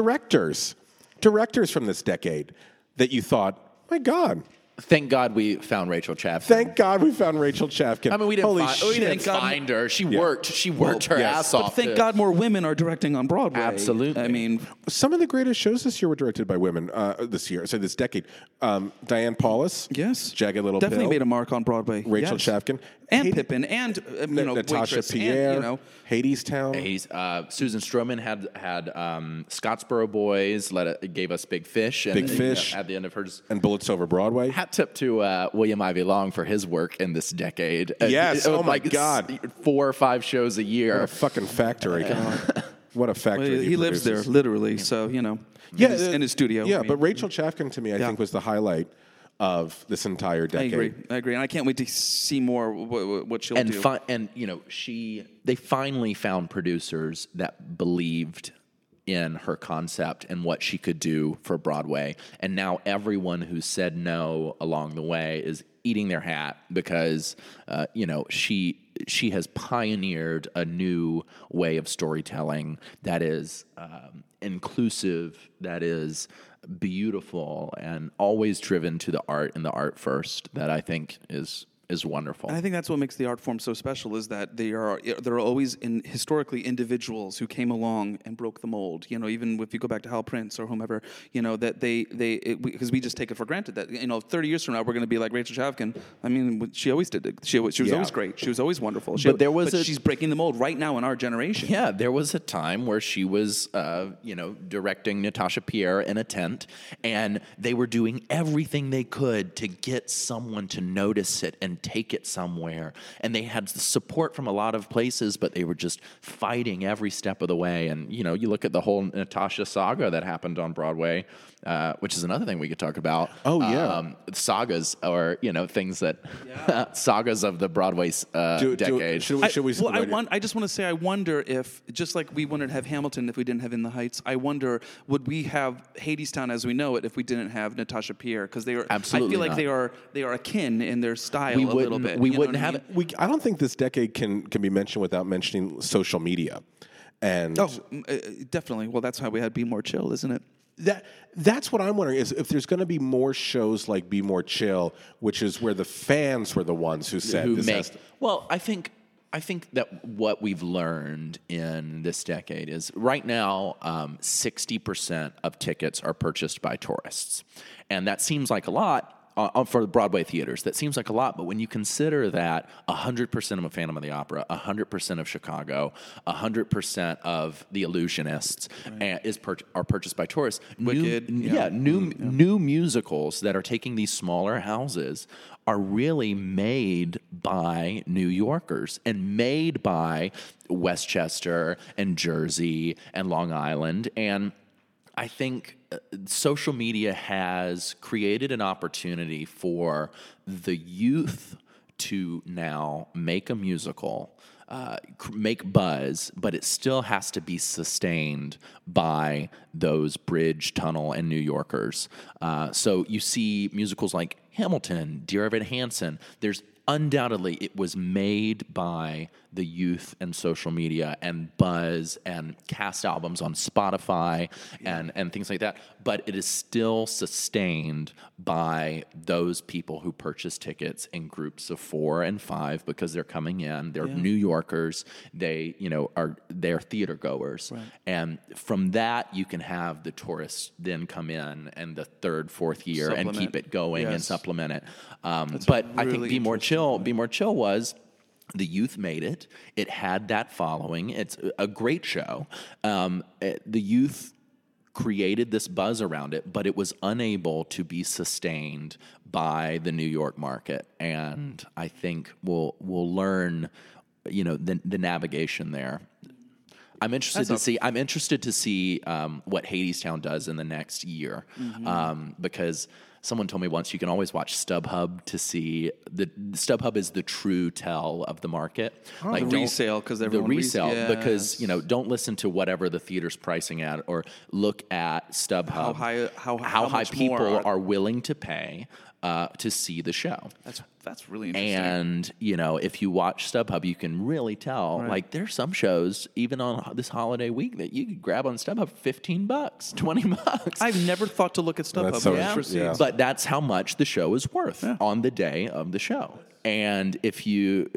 Speaker 4: directors, directors from this decade that you thought, my God.
Speaker 5: Thank God we found Rachel Chaffin.
Speaker 4: Thank God we found Rachel Chafkin.
Speaker 5: I mean, we didn't,
Speaker 4: Holy
Speaker 5: find, we
Speaker 4: shit.
Speaker 5: didn't find her. She worked. She worked her ass
Speaker 2: but
Speaker 5: off.
Speaker 2: thank
Speaker 5: to-
Speaker 2: God more women are directing on Broadway. Absolutely. I mean,
Speaker 4: Some of the greatest shows this year were directed by women. Uh, this year, so this decade, um, Diane Paulus,
Speaker 2: yes,
Speaker 4: Jagged Little
Speaker 2: Definitely
Speaker 4: Pill,
Speaker 2: made a mark on Broadway.
Speaker 4: Rachel
Speaker 2: Yes.
Speaker 4: Chafkin,
Speaker 2: and Pippin, and uh, you know,
Speaker 4: Natasha
Speaker 2: Waitress, and,
Speaker 4: Pierre,
Speaker 2: you know,
Speaker 4: Hades Town.
Speaker 5: He's, uh, Susan Stroman had had um, Scottsboro Boys. Let it, gave us Big Fish. And,
Speaker 4: Big
Speaker 5: you know,
Speaker 4: Fish.
Speaker 5: at the end of hers.
Speaker 4: and Bullets Over Broadway.
Speaker 5: Hat tip to uh, William Ivy Long for his work in this decade. Uh,
Speaker 4: Yes.
Speaker 5: it was
Speaker 4: Oh my
Speaker 5: like
Speaker 4: God.
Speaker 5: s- Four or five shows a year.
Speaker 4: What a
Speaker 2: (laughs)
Speaker 4: fucking factory! what a factory!
Speaker 2: Well, he lives there literally, so you know,
Speaker 4: Yeah,
Speaker 2: in, his,
Speaker 4: uh,
Speaker 2: in his studio.
Speaker 4: Yeah,
Speaker 2: I mean,
Speaker 4: but Rachel Chafkin to me, I think, was the highlight of this entire
Speaker 2: I
Speaker 4: decade.
Speaker 2: agree. I agree, and I can't wait to see more what, what she'll
Speaker 5: and
Speaker 2: do.
Speaker 5: fi- and you know she they finally found producers that believed in her concept and what she could do for Broadway and now everyone who said no along the way is eating their hat because uh, you know she she has pioneered a new way of storytelling that is um, inclusive that is beautiful and always driven to the art and the art first that I think is is wonderful
Speaker 2: And I think that's what makes the art form so special is that they are there are always in historically individuals who came along and broke the mold. You know, even if you go back to Hal Prince or whomever, you know that they they because we, just take it for granted that you know 30 years from now we're going to be like Rachel Chavkin. I mean, she always did. It. She always- she was
Speaker 5: Yeah.
Speaker 2: always great. She was always wonderful. She,
Speaker 5: But there was a-
Speaker 2: she's breaking the mold right now in our generation.
Speaker 5: Yeah, there was a time where she was, uh, you know, directing Natasha Pierre in a tent, and they were doing everything they could to get someone to notice it and take it somewhere. And they had the support from a lot of places, but they were just fighting every step of the way. And you know, you look at the whole Natasha saga that happened on Broadway, uh, which is another thing we could talk about.
Speaker 4: Oh, yeah.
Speaker 5: um, sagas or you know things that (laughs) sagas of the Broadway uh,
Speaker 4: Do- do-
Speaker 5: decade.
Speaker 4: should we- should we-
Speaker 2: well, I, want, I just want to say, I wonder if, just like we wouldn't have Hamilton if we didn't have In the Heights, I wonder would we have Hadestown as we know it if we didn't have Natasha Pierre? Because they are, I
Speaker 5: Absolutely
Speaker 2: feel like
Speaker 5: not.
Speaker 2: they are, they are akin in their style a little bit. you know what I mean?
Speaker 4: We, I don't think this decade can can be mentioned without mentioning social media, and
Speaker 2: Oh, mm, uh, definitely. Well, that's how we had Be More Chill, isn't it?
Speaker 4: that that's what I'm wondering is if there's going to be more shows like Be More Chill, which is where the fans were the ones who said
Speaker 5: who
Speaker 4: this
Speaker 5: make-
Speaker 4: has to-
Speaker 5: Well, I think I think that what we've learned in this decade is right now um, sixty percent of tickets are purchased by tourists, and that seems like a lot. uh, uh, for the Broadway theaters, that seems like a lot, but when you consider that 100% of Phantom of the Opera, 100% of Chicago, 100% of The Illusionists uh, is pur- are purchased by tourists,
Speaker 2: Wicked,
Speaker 5: New,
Speaker 2: yeah.
Speaker 5: yeah. new new musicals that are taking these smaller houses are really made by New Yorkers and made by Westchester and Jersey and Long Island and I think uh, social media has created an opportunity for the youth to now make a musical, uh, cr- make buzz, but it still has to be sustained by those bridge, tunnel, and New Yorkers. Uh, so you see musicals like Hamilton, Dear Evan Hansen. There's undoubtedly it was made by the youth and social media and buzz and cast albums on spotify and, and things like that but it is still sustained by those people who purchase tickets in groups of four and five because they're coming in they're
Speaker 6: Yeah.
Speaker 5: new yorkers they you know are they're theater goers
Speaker 6: Right.
Speaker 5: and from that you can have the tourists then come in and the third fourth year and keep
Speaker 6: Supplement.
Speaker 5: it going and
Speaker 6: Yes.
Speaker 5: supplement it um, but i think
Speaker 6: really
Speaker 5: be more chill be more chill was the youth made it it had that following it's a- a great show um, eh, the youth created this buzz around it but it was unable to be sustained by the new york market and
Speaker 6: Hmm.
Speaker 5: i think we'll we'll learn you know the, the navigation there I'm interested
Speaker 6: That's
Speaker 5: to
Speaker 6: a-
Speaker 5: see. I'm interested to see um, what Hadestown does in the next year,
Speaker 6: Mhm.
Speaker 5: um, because someone told me once you can always watch StubHub to see the StubHub is the true tell of the market.
Speaker 6: Oh, the
Speaker 5: don't-
Speaker 6: resale, 'cause
Speaker 5: the
Speaker 6: everyone res-
Speaker 5: resale because
Speaker 6: yes.
Speaker 5: you know don't listen to whatever the theater's pricing at or look at StubHub
Speaker 6: How high- how- how
Speaker 5: high
Speaker 6: much more
Speaker 5: people
Speaker 6: are-
Speaker 5: are willing to pay uh, to see the show.
Speaker 2: That's that's really interesting.
Speaker 5: And you know, if you watch StubHub, you can really tell.
Speaker 2: Right.
Speaker 5: Like there's some shows even on ho- this holiday week that you could grab on StubHub for fifteen bucks, (laughs) twenty bucks.
Speaker 2: I've never thought to look at StubHub.
Speaker 5: That's
Speaker 2: for receipts.
Speaker 5: But that's how much the show is worth on the day of the show. And if you,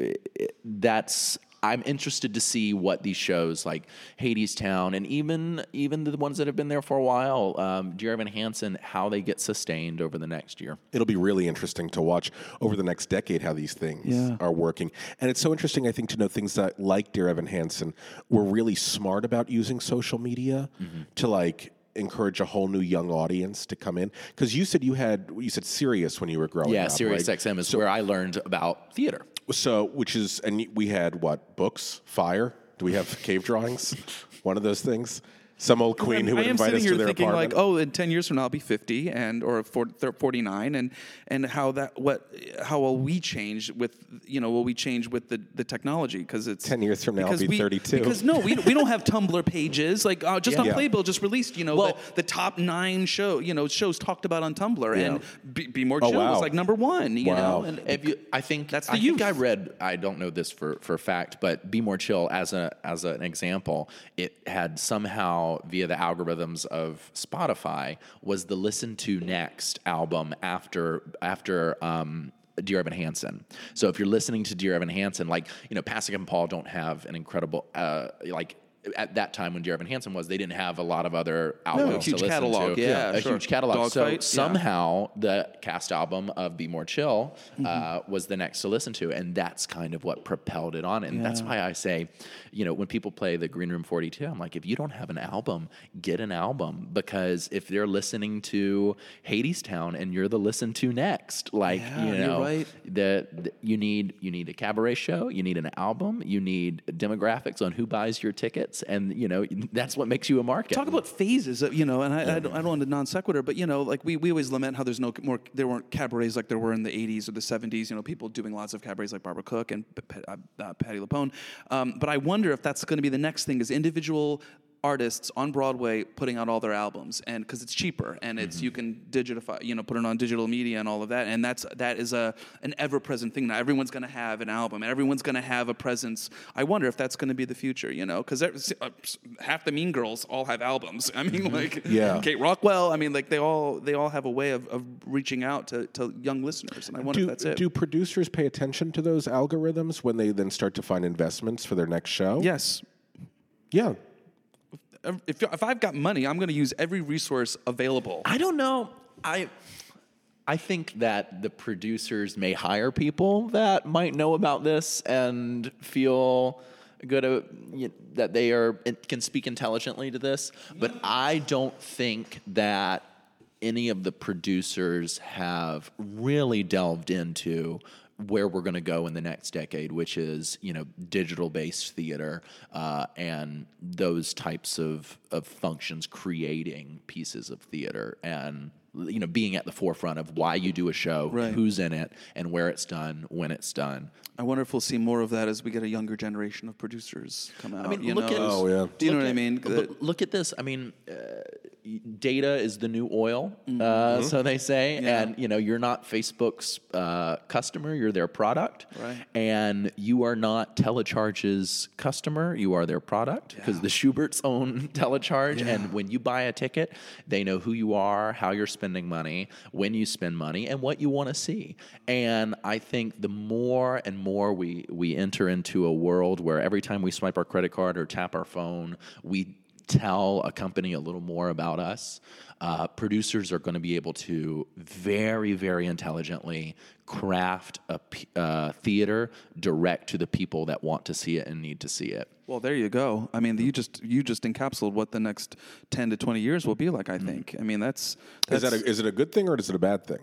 Speaker 5: that's. I'm interested to see what these shows like Hadestown and even even the ones that have been there for a while, um, Dear Evan Hansen, how they get sustained over the next year.
Speaker 4: It'll be really interesting to watch over the next decade how these things
Speaker 5: Yeah.
Speaker 4: are working. And it's so interesting, I think, to know things that, like Dear Evan Hansen, were really smart about using social media
Speaker 5: Mm-hmm.
Speaker 4: to like encourage a whole new young audience to come in. Because you said you had, you said Sirius when you were growing
Speaker 5: yeah,
Speaker 4: up.
Speaker 5: Sirius
Speaker 4: right?
Speaker 5: XM is where I learned about theater.
Speaker 4: So, which is, and we had what? Books? Fire? Do we have cave
Speaker 5: (laughs)
Speaker 4: drawings? One of those things? Some old queen
Speaker 2: I'm-
Speaker 4: who would
Speaker 2: I am
Speaker 4: invite
Speaker 2: sitting
Speaker 4: us
Speaker 2: here
Speaker 4: to their
Speaker 2: thinking
Speaker 4: apartment.
Speaker 2: like, oh, in ten years from now, I'll be fifty and or four- thir- forty-nine, and and how that what how will we change with you know will we change with the, the technology because it's ten
Speaker 4: years from now, I'll be 32.
Speaker 2: because no, we, we don't have Tumblr pages like uh, just
Speaker 4: Yeah.
Speaker 2: on
Speaker 4: Yeah.
Speaker 2: Playbill just released you know the, the top nine show you know shows talked about on Tumblr
Speaker 5: Yeah.
Speaker 2: and be, be more
Speaker 4: Oh,
Speaker 2: chill was like number one you know and
Speaker 5: if you, I think that's
Speaker 2: the
Speaker 5: I think I read. I don't know this for for a fact, but be more chill as a as an example. It had somehow via the algorithms of Spotify was the listen to next album after after. Um, Dear Evan Hansen. So if you're listening to Dear Evan Hansen, like you know, Pasek and Paul don't have an incredible uh, like at that time when Dear Evan Hansen was, they didn't have a lot of other albums. to
Speaker 2: huge
Speaker 5: listen
Speaker 2: catalog,
Speaker 5: to.
Speaker 2: yeah,
Speaker 5: a
Speaker 2: sure.
Speaker 5: huge catalog. so
Speaker 2: Dogfight, yeah.
Speaker 5: somehow now the cast album of Be More Chill uh,
Speaker 6: Mm-hmm.
Speaker 5: was the next to listen to. And that's kind of what propelled it on. And that's
Speaker 6: Yeah.
Speaker 5: why I say, you know, when people play the Green Room 42, I'm like, if you don't have an album, get an album. Because if they're listening to Hadestown and you're the listen to next, like,
Speaker 6: Yeah,
Speaker 5: you
Speaker 6: you're
Speaker 5: know,
Speaker 6: right.
Speaker 5: the, the- you need you need a cabaret show, you need an album, you need demographics on who buys your tickets. And, you know, that's what makes you a market.
Speaker 2: Talk about phases, of, you know, and I, I, don't, I don't want to non sequitur, but you know, like we, we always lament how there's no more, there weren't cabarets like there were in the 80s or the 70s, you know, people doing lots of cabarets like Barbara Cook and P- P- uh, uh, Patty LaPone. Um, but I wonder if that's going to be the next thing is individual artists on Broadway putting out all their albums and because it's cheaper and it's
Speaker 4: Mm-hmm.
Speaker 2: you can digitify you know put it on digital media and all of that and that's that is a an ever-present thing now everyone's going to have an album and everyone's going to have a presence I wonder if that's going to be the future you know because uh, half the Mean Girls all have albums I mean like
Speaker 4: Mm-hmm. Yeah.
Speaker 2: Kate Rockwell I mean like they all they all have a way of, of reaching out to, to young listeners and I wonder
Speaker 4: do,
Speaker 2: if that's it
Speaker 4: do producers pay attention to those algorithms when they then start to find investments for their next show?
Speaker 2: Yes.
Speaker 4: Yeah.
Speaker 2: if, if I've got money I'm going to use every resource available
Speaker 5: I don't know. I I think that the producers may hire people that might know about this and feel good uh, y that they are can speak intelligently to this. But I don't think that any of the producers have really delved into where we're going to go in the next decade, which is you know digital based theater uh, and those types of of functions creating pieces of theater and you know being at the forefront of why you do a show,
Speaker 2: Right.
Speaker 5: who's in it, and where it's done, when it's done.
Speaker 2: I wonder if we'll see more of that as we get a younger generation of producers come out.
Speaker 5: I mean,
Speaker 2: you
Speaker 5: look
Speaker 4: Oh,
Speaker 2: know?
Speaker 5: at
Speaker 2: Do you know
Speaker 5: Uh, look
Speaker 2: what I
Speaker 5: at-
Speaker 2: mean?
Speaker 5: but Look at this. I mean, uh, data is the new oil, uh,
Speaker 6: Mhm.
Speaker 5: so they say.
Speaker 6: Yeah.
Speaker 5: And you know, you're not Facebook's uh, customer; you're their product.
Speaker 6: Right.
Speaker 5: And you are not Telecharge's customer; you are their product because the Schuberts own (laughs) Telecharge. And when you buy a ticket, they know who you are, how you're spending money, when you spend money, and what you want to see. And I think the more and more we we enter into a world where every time we swipe our credit card or tap our phone, we tell a company a little more about us, uh, producers are going to be able to very, very intelligently craft a p- uh, theater direct to the people that want to see it and need to see it.
Speaker 2: Well, there you go. I mean, you just you just encapsulated what the next ten to twenty years will be like. I think. I mean, that's,
Speaker 4: Is
Speaker 2: that's
Speaker 4: Mm. that a, is it a good thing or is it a bad thing?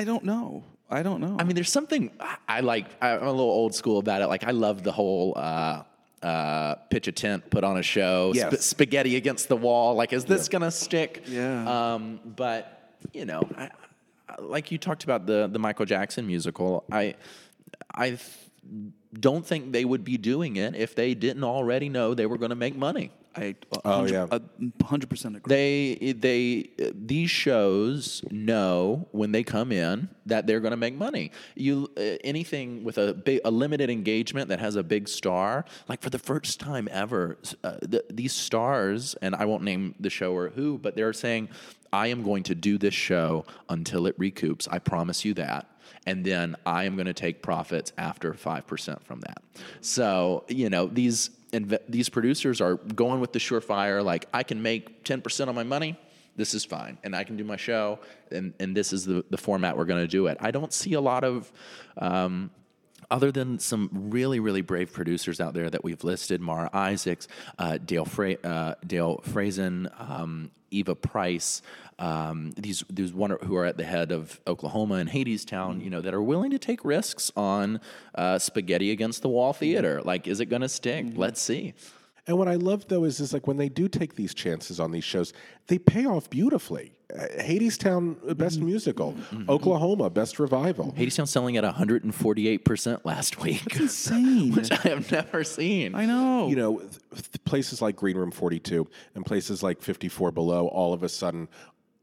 Speaker 2: I don't know. I don't know.
Speaker 5: I mean, there's something I- I like. I'm a little old school about it. Like, I love the whole uh, uh, pitch a tent, put on a show,
Speaker 6: Yes.
Speaker 5: sp- spaghetti against the wall. Like, is this gonna stick? Yeah. Um, but you know, I, I- like you talked about the the Michael Jackson musical, I I th- don't think they would be doing it if they didn't already know they were going to make money.
Speaker 2: I
Speaker 5: oh yeah,
Speaker 2: hundred percent agree.
Speaker 5: They they these shows know when they come in that they're going to make money. You uh, anything with a big, a limited engagement that has a big star, like for the first time ever, s- uh, th- these stars and I won't name the show or who, but they're saying, "I am going to do this show until it recoups. I promise you that." And then I am going to take profits after five percent from that. So you know these inve- these producers are going with the surefire. Like I can make ten percent on my money. This is fine, and I can do my show, and and this is the the format we're going to do it. I don't see a lot of. Um, other than some really, really brave producers out there that we've listed, Mara Isaacs, uh, Dale, Fra- uh, Dale Frazen, um, Eva Price, um, these these one who are at the head of Oklahoma and Hadestown, you know, that are willing to take risks on uh, spaghetti against the wall
Speaker 2: Mm-hmm.
Speaker 5: theater. Like, is it going to stick? Let's see.
Speaker 4: And what I love though is is like when they do take these chances on these shows, they pay off beautifully. Uh, Hadestown uh, best
Speaker 2: Mm-hmm.
Speaker 4: musical, Oklahoma best revival.
Speaker 5: Hadestown selling at 148% last week. That's
Speaker 2: insane.
Speaker 5: (laughs) Which I have never seen.
Speaker 2: I know.
Speaker 5: Oh.
Speaker 4: You know, th- th- places like Green Room 42 and places like 54 Below all of a sudden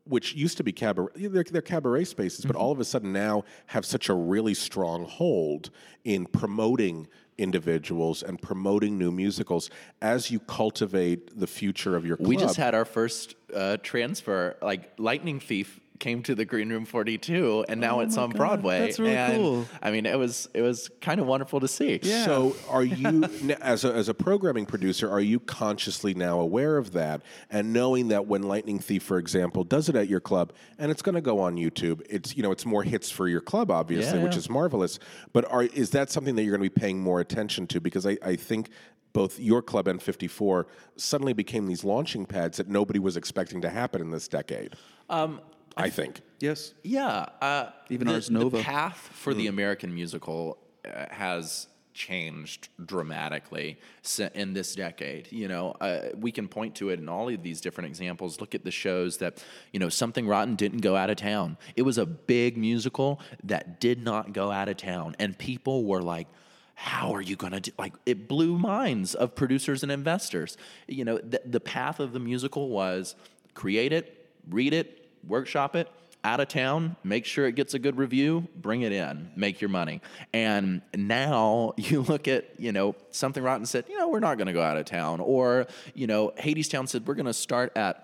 Speaker 4: which used to be cabaret, they're, they're cabaret spaces,
Speaker 5: Mm-hmm.
Speaker 4: but all of a sudden now have such a really strong hold in promoting individuals and promoting new musicals as you cultivate the future of your club.
Speaker 5: We just had our first uh, transfer. Like Lightning Thief came to the Green Room 42, and now it's on Broadway.
Speaker 4: Oh that's really
Speaker 5: and,
Speaker 4: cool.
Speaker 5: I mean, it was it was kind of wonderful to see.
Speaker 4: (laughs) So, are you n- as a, as a programming producer? Are you consciously now aware of that and knowing that when Lightning Thief, for example, does it at your club and it's going to go on YouTube, it's you know it's more hits for your club, obviously,
Speaker 5: Yeah,
Speaker 4: which
Speaker 5: yeah.
Speaker 4: is marvelous. But are is that something that you're going to be paying more attention to? Because I, I think. Both your club and 54 suddenly became these launching pads that nobody was expecting to happen in this decade.
Speaker 5: Um,
Speaker 4: I think.
Speaker 2: Yes.
Speaker 5: Yeah. Uh,
Speaker 2: Even
Speaker 5: the,
Speaker 2: Ars Nova. Hmm.
Speaker 5: The path for the American musical uh, has changed dramatically se- in this decade. You know, uh, we can point to it in all of these different examples. Look at the shows that, you know, Something Rotten didn't go out of town. It was a big musical that did not go out of town. And people were like, how are you going to do like it blew minds of producers and investors you know the, the path of the musical was create it read it workshop it out of town make sure it gets a good review bring it in make your money and now (laughs) you look at you know something rotten said you know we're not going to go out of town or you know hadestown said we're going to start at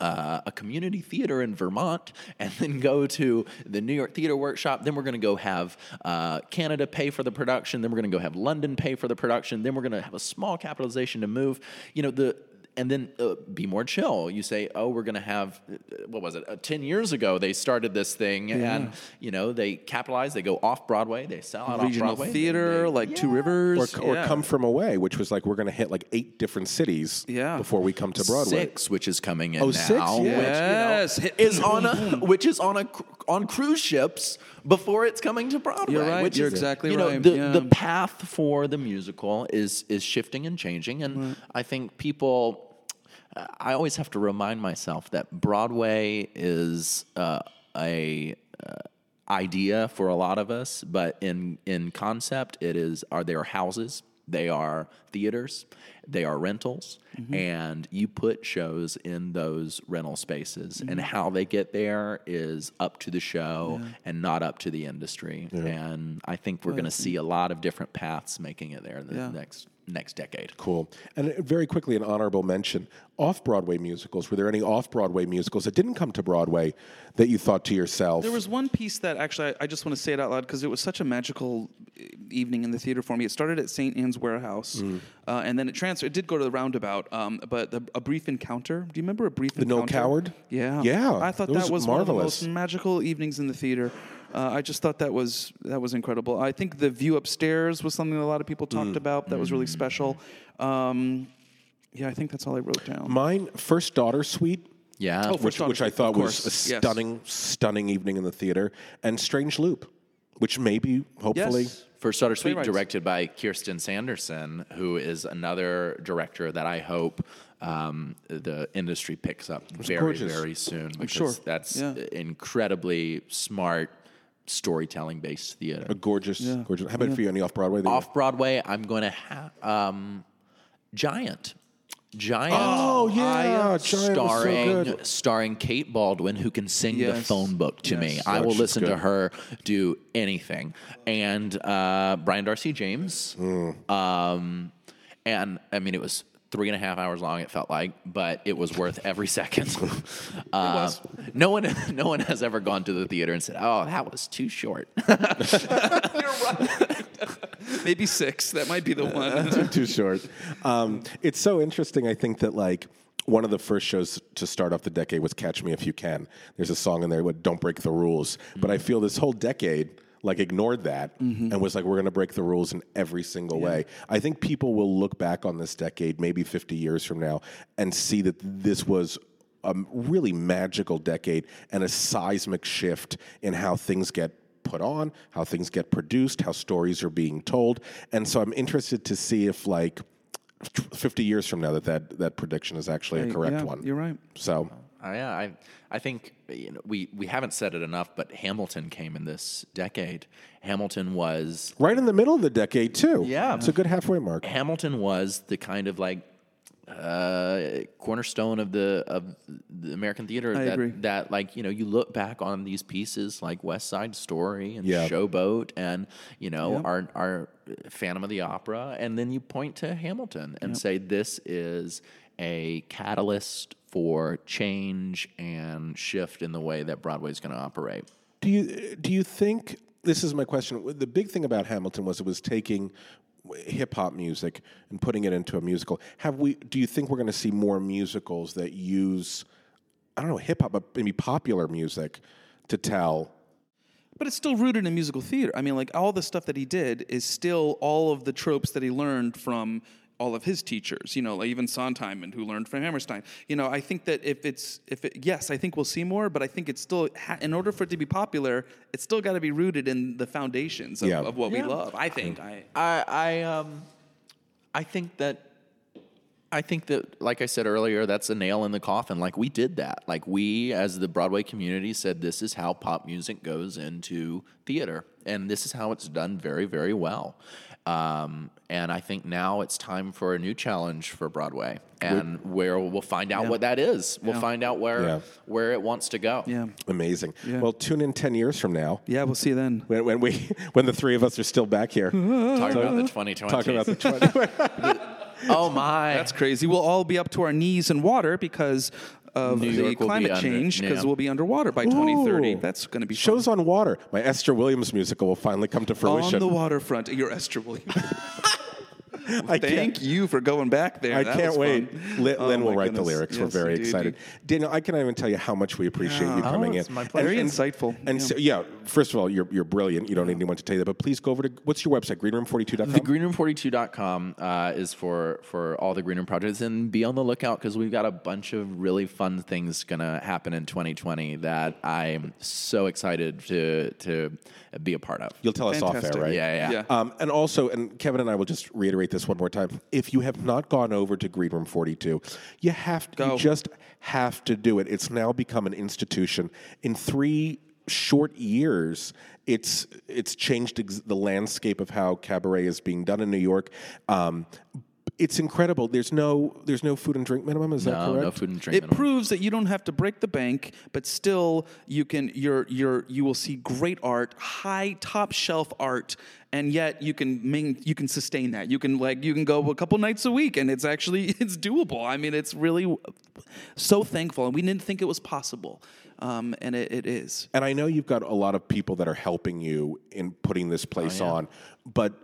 Speaker 5: uh, a community theater in Vermont, and (laughs) then go to the New York Theater Workshop. Then we're going to go have uh, Canada pay for the production. Then we're going to go have London pay for the production. Then we're going to have a small capitalization to move. You know the. And then uh, be more chill. You say, "Oh, we're going to have uh, what was it? Uh, Ten years ago, they started this thing,
Speaker 2: Yeah.
Speaker 5: and you know they capitalize. They go off Broadway. They sell out off
Speaker 2: Regional
Speaker 5: Broadway.
Speaker 2: theater, like Two Rivers,
Speaker 4: Or, or
Speaker 2: Yeah.
Speaker 4: Come From Away, which was like, we're going to hit like eight different cities
Speaker 5: Yeah.
Speaker 4: before we come to Broadway.
Speaker 5: Six, which is coming in
Speaker 4: Oh,
Speaker 5: now.
Speaker 4: six?
Speaker 5: which, you know,
Speaker 4: Yes.
Speaker 2: Hit-
Speaker 5: (laughs) is
Speaker 2: (laughs)
Speaker 5: on a which is on a cr- on cruise ships before it's coming to Broadway.
Speaker 2: You're right.
Speaker 5: Which
Speaker 2: You're
Speaker 5: is,
Speaker 2: exactly
Speaker 5: you know,
Speaker 2: right.
Speaker 5: The,
Speaker 2: Yeah.
Speaker 5: the path for the musical is is shifting and changing, and I think people. uh, I always have to remind myself that Broadway is uh, a. Uh, idea for a lot of us but in in concept it is are there houses They are theaters, they are rentals,
Speaker 4: Mm-hmm.
Speaker 6: Mhm.
Speaker 5: and you put shows in those rental spaces.
Speaker 4: Mm-hmm.
Speaker 5: And
Speaker 6: Mhm.
Speaker 5: how they get there is up to the show
Speaker 6: Yeah.
Speaker 5: and not up to the industry. And I think we're
Speaker 4: Oh,
Speaker 5: going to
Speaker 4: that's
Speaker 5: see a lot of different paths making it there in the
Speaker 4: Yeah.
Speaker 5: next next decade.
Speaker 4: Cool. And very quickly, an honorable mention off Broadway musicals. Were there any off Broadway musicals that didn't come to Broadway that you thought to yourself?
Speaker 2: There was one piece that actually I, I just want to say it out loud because it was such a magical eh, evening in the theater for me. It started at St. Anne's Warehouse,
Speaker 4: Mm.
Speaker 2: uh, and then it transferred. It did go to the roundabout, um, but the, a brief encounter. Do you remember a brief
Speaker 4: The No
Speaker 2: encounter?
Speaker 4: Coward?
Speaker 2: Yeah,
Speaker 4: Yeah,
Speaker 2: I thought
Speaker 4: that
Speaker 2: that
Speaker 4: was
Speaker 2: was
Speaker 4: marvelous.
Speaker 2: one of the most magical evenings in the theater. Uh, I just thought that was that was incredible. I think the view upstairs was something that a lot of people talked
Speaker 4: Mm.
Speaker 2: about. That was really special. Um, yeah, I think that's all I wrote down.
Speaker 4: Mine, First Daughter Suite.
Speaker 5: Yeah.
Speaker 2: Oh, First
Speaker 4: which,
Speaker 2: Daughter
Speaker 4: which I
Speaker 2: Suite,
Speaker 4: thought
Speaker 2: of
Speaker 4: was a
Speaker 2: course. Yes.
Speaker 4: stunning, stunning evening in the theater. And Strange Loop, which maybe, hopefully.
Speaker 5: First Daughter Suite,
Speaker 4: Playwrights.
Speaker 5: directed by Kirsten Sanderson, who is another director that I hope um, the industry picks up
Speaker 4: was
Speaker 5: very,
Speaker 4: gorgeous.
Speaker 5: very soon. Because
Speaker 4: sure.
Speaker 5: That's
Speaker 4: Yeah.
Speaker 5: incredibly smart storytelling based theater.
Speaker 4: A gorgeous, gorgeous. How about for you? Any off Broadway?
Speaker 5: Off Broadway, I'm going to have um, Giant. Giant.
Speaker 4: Oh, yeah,
Speaker 5: I-
Speaker 4: Giant was so
Speaker 5: starring
Speaker 4: good.
Speaker 5: starring Kate Baldwin, who can sing the
Speaker 4: Yes.
Speaker 5: phone book to me.
Speaker 4: Yes.
Speaker 5: I
Speaker 4: Oh,
Speaker 5: will
Speaker 4: she's
Speaker 5: listen to
Speaker 4: good.
Speaker 5: her do anything. And uh, Brian Darcy James.
Speaker 4: Hmm.
Speaker 5: Um, and I mean, it was three and a half hours long. It felt like, but it was worth every
Speaker 4: (laughs)
Speaker 5: second. (laughs) Uh, No one, (laughs) no one has ever gone to the theater and said, "Oh, that was too short." (laughs)
Speaker 2: Maybe six. That might be the
Speaker 4: Uh,
Speaker 5: (laughs)
Speaker 2: one.
Speaker 4: too, too short. Um, it's so interesting. I think that like one of the first shows to start off the decade was "Catch Me If You Can." There's a song in there with "Don't Break the Rules," but I feel this whole decade like ignored that and was like, "We're going to break the rules in every single way." I think people will look back on this decade, maybe 50 years from now, and see that this was. A really magical decade and a seismic shift in how things get put on, how things get produced, how stories are being told. And so I'm interested to see if like 50 years from now that that, that prediction is actually a
Speaker 5: Hey,
Speaker 4: correct
Speaker 5: yeah,
Speaker 4: one.
Speaker 2: You're right.
Speaker 4: So
Speaker 5: Uh, yeah, I I think you know, we we haven't said it enough, but Hamilton came in this decade. Hamilton was
Speaker 4: right in the middle of the decade too.
Speaker 5: Yeah.
Speaker 4: It's a good halfway mark.
Speaker 5: Hamilton was the kind of like uh, cornerstone of the of the American theater.
Speaker 4: I
Speaker 5: that,
Speaker 4: agree.
Speaker 5: that like you know you look back on these pieces like West Side Story and
Speaker 4: Yeah.
Speaker 5: Showboat and you know
Speaker 4: Yeah.
Speaker 5: our our Phantom of the Opera, and then you point to Hamilton and
Speaker 4: Yep.
Speaker 5: say this is a catalyst for change and shift in the way that Broadway is going to operate.
Speaker 4: Do you do you think this is my question? The big thing about Hamilton was it was taking hip hop music and putting it into a musical. Have we? Do you think we're going to see more musicals that use I don't know hip hop, but maybe popular music to tell?
Speaker 2: But it's still rooted in musical theater. I mean, like all the stuff that he did is still all of the tropes that he learned from all of his teachers. You know, like even Sondheim who learned from Hammerstein. You know, I think that if it's if it, yes, I think we'll see more. But I think it's still ha- in order for it to be popular, it's still got to be rooted in the foundations of,
Speaker 4: Yeah.
Speaker 2: of what
Speaker 5: Yeah.
Speaker 2: we love. I think. I,
Speaker 5: I I um I think that I think that like I said earlier, that's a nail in the coffin. Like we did that. Like we as the Broadway community said this is how pop music goes into theater. And this is how it's done very, very well. Um, and I think now it's time for a new challenge for Broadway, and where we'll find out
Speaker 4: Yeah.
Speaker 5: what that is. We'll
Speaker 4: Yeah.
Speaker 5: find out where
Speaker 4: Yeah.
Speaker 5: where it wants to go.
Speaker 2: Yeah.
Speaker 4: Amazing. Well, tune in ten years from now.
Speaker 2: Yeah, we'll see you then.
Speaker 4: When, when we (laughs) when the three of us are still
Speaker 2: (laughs)
Speaker 4: back here
Speaker 5: Talking about the 2020.
Speaker 4: Talking about the twenty.
Speaker 5: oh
Speaker 4: (laughs)
Speaker 5: my,
Speaker 2: that's crazy. We'll all be up to our knees in water because of
Speaker 4: New
Speaker 2: the
Speaker 4: York will be
Speaker 2: climate
Speaker 4: under-
Speaker 2: change. Because
Speaker 4: yeah.
Speaker 2: we'll be underwater by 2030.
Speaker 4: Ooh.
Speaker 2: That's going to be
Speaker 4: shows on water. My Esther Williams musical will finally come to fruition.
Speaker 2: on the waterfront. Your Esther Williams.
Speaker 4: I
Speaker 2: Thank
Speaker 4: can't-
Speaker 2: you for going back there.
Speaker 4: I
Speaker 2: That
Speaker 4: can't
Speaker 2: was
Speaker 4: wait.
Speaker 2: fun.
Speaker 4: Lynn,
Speaker 2: Oh
Speaker 4: Lynn will
Speaker 2: my
Speaker 4: write the
Speaker 2: goodness.
Speaker 4: lyrics. We're
Speaker 2: Yes,
Speaker 4: very
Speaker 2: indeed.
Speaker 4: excited. Daniel, I cannot even tell you how much we appreciate you
Speaker 2: Oh,
Speaker 4: coming
Speaker 2: it's
Speaker 4: in.
Speaker 2: my pleasure. Very insightful.
Speaker 4: And so, yeah, first of all, you're, you're brilliant. You don't need anyone to tell you that. But please go over to what's your website? Greenroom42.com.
Speaker 5: The greenroom42.com uh, is for for all the greenroom projects, and be on the lookout because we've got a bunch of really fun things gonna happen in 2020 that I'm so excited to to be a part of.
Speaker 4: You'll tell us off air, right?
Speaker 5: Yeah, yeah.
Speaker 4: Um, and also, and Kevin and I will just reiterate this one more time. If you have not gone over to Green Room 42, you have to, you just have to do it. It's now become an institution. In three short years, it's it's changed ex- the landscape of how cabaret is being done in New York. Um, it's incredible. There's no there's no food and drink minimum. Is that
Speaker 5: No, no
Speaker 4: correct?
Speaker 5: food and drink
Speaker 2: It proves that you don't have to break the bank, but still you can you're you're you will see great art, high top shelf art, and yet you can main, you can sustain that. You can like you can go a couple nights a week and it's actually (laughs) it's doable. I mean, it's really so thankful and we didn't think it was possible. Um, and it, it is.
Speaker 4: And I know you've got a lot of people that are helping you in putting this place
Speaker 2: yeah.
Speaker 4: on, but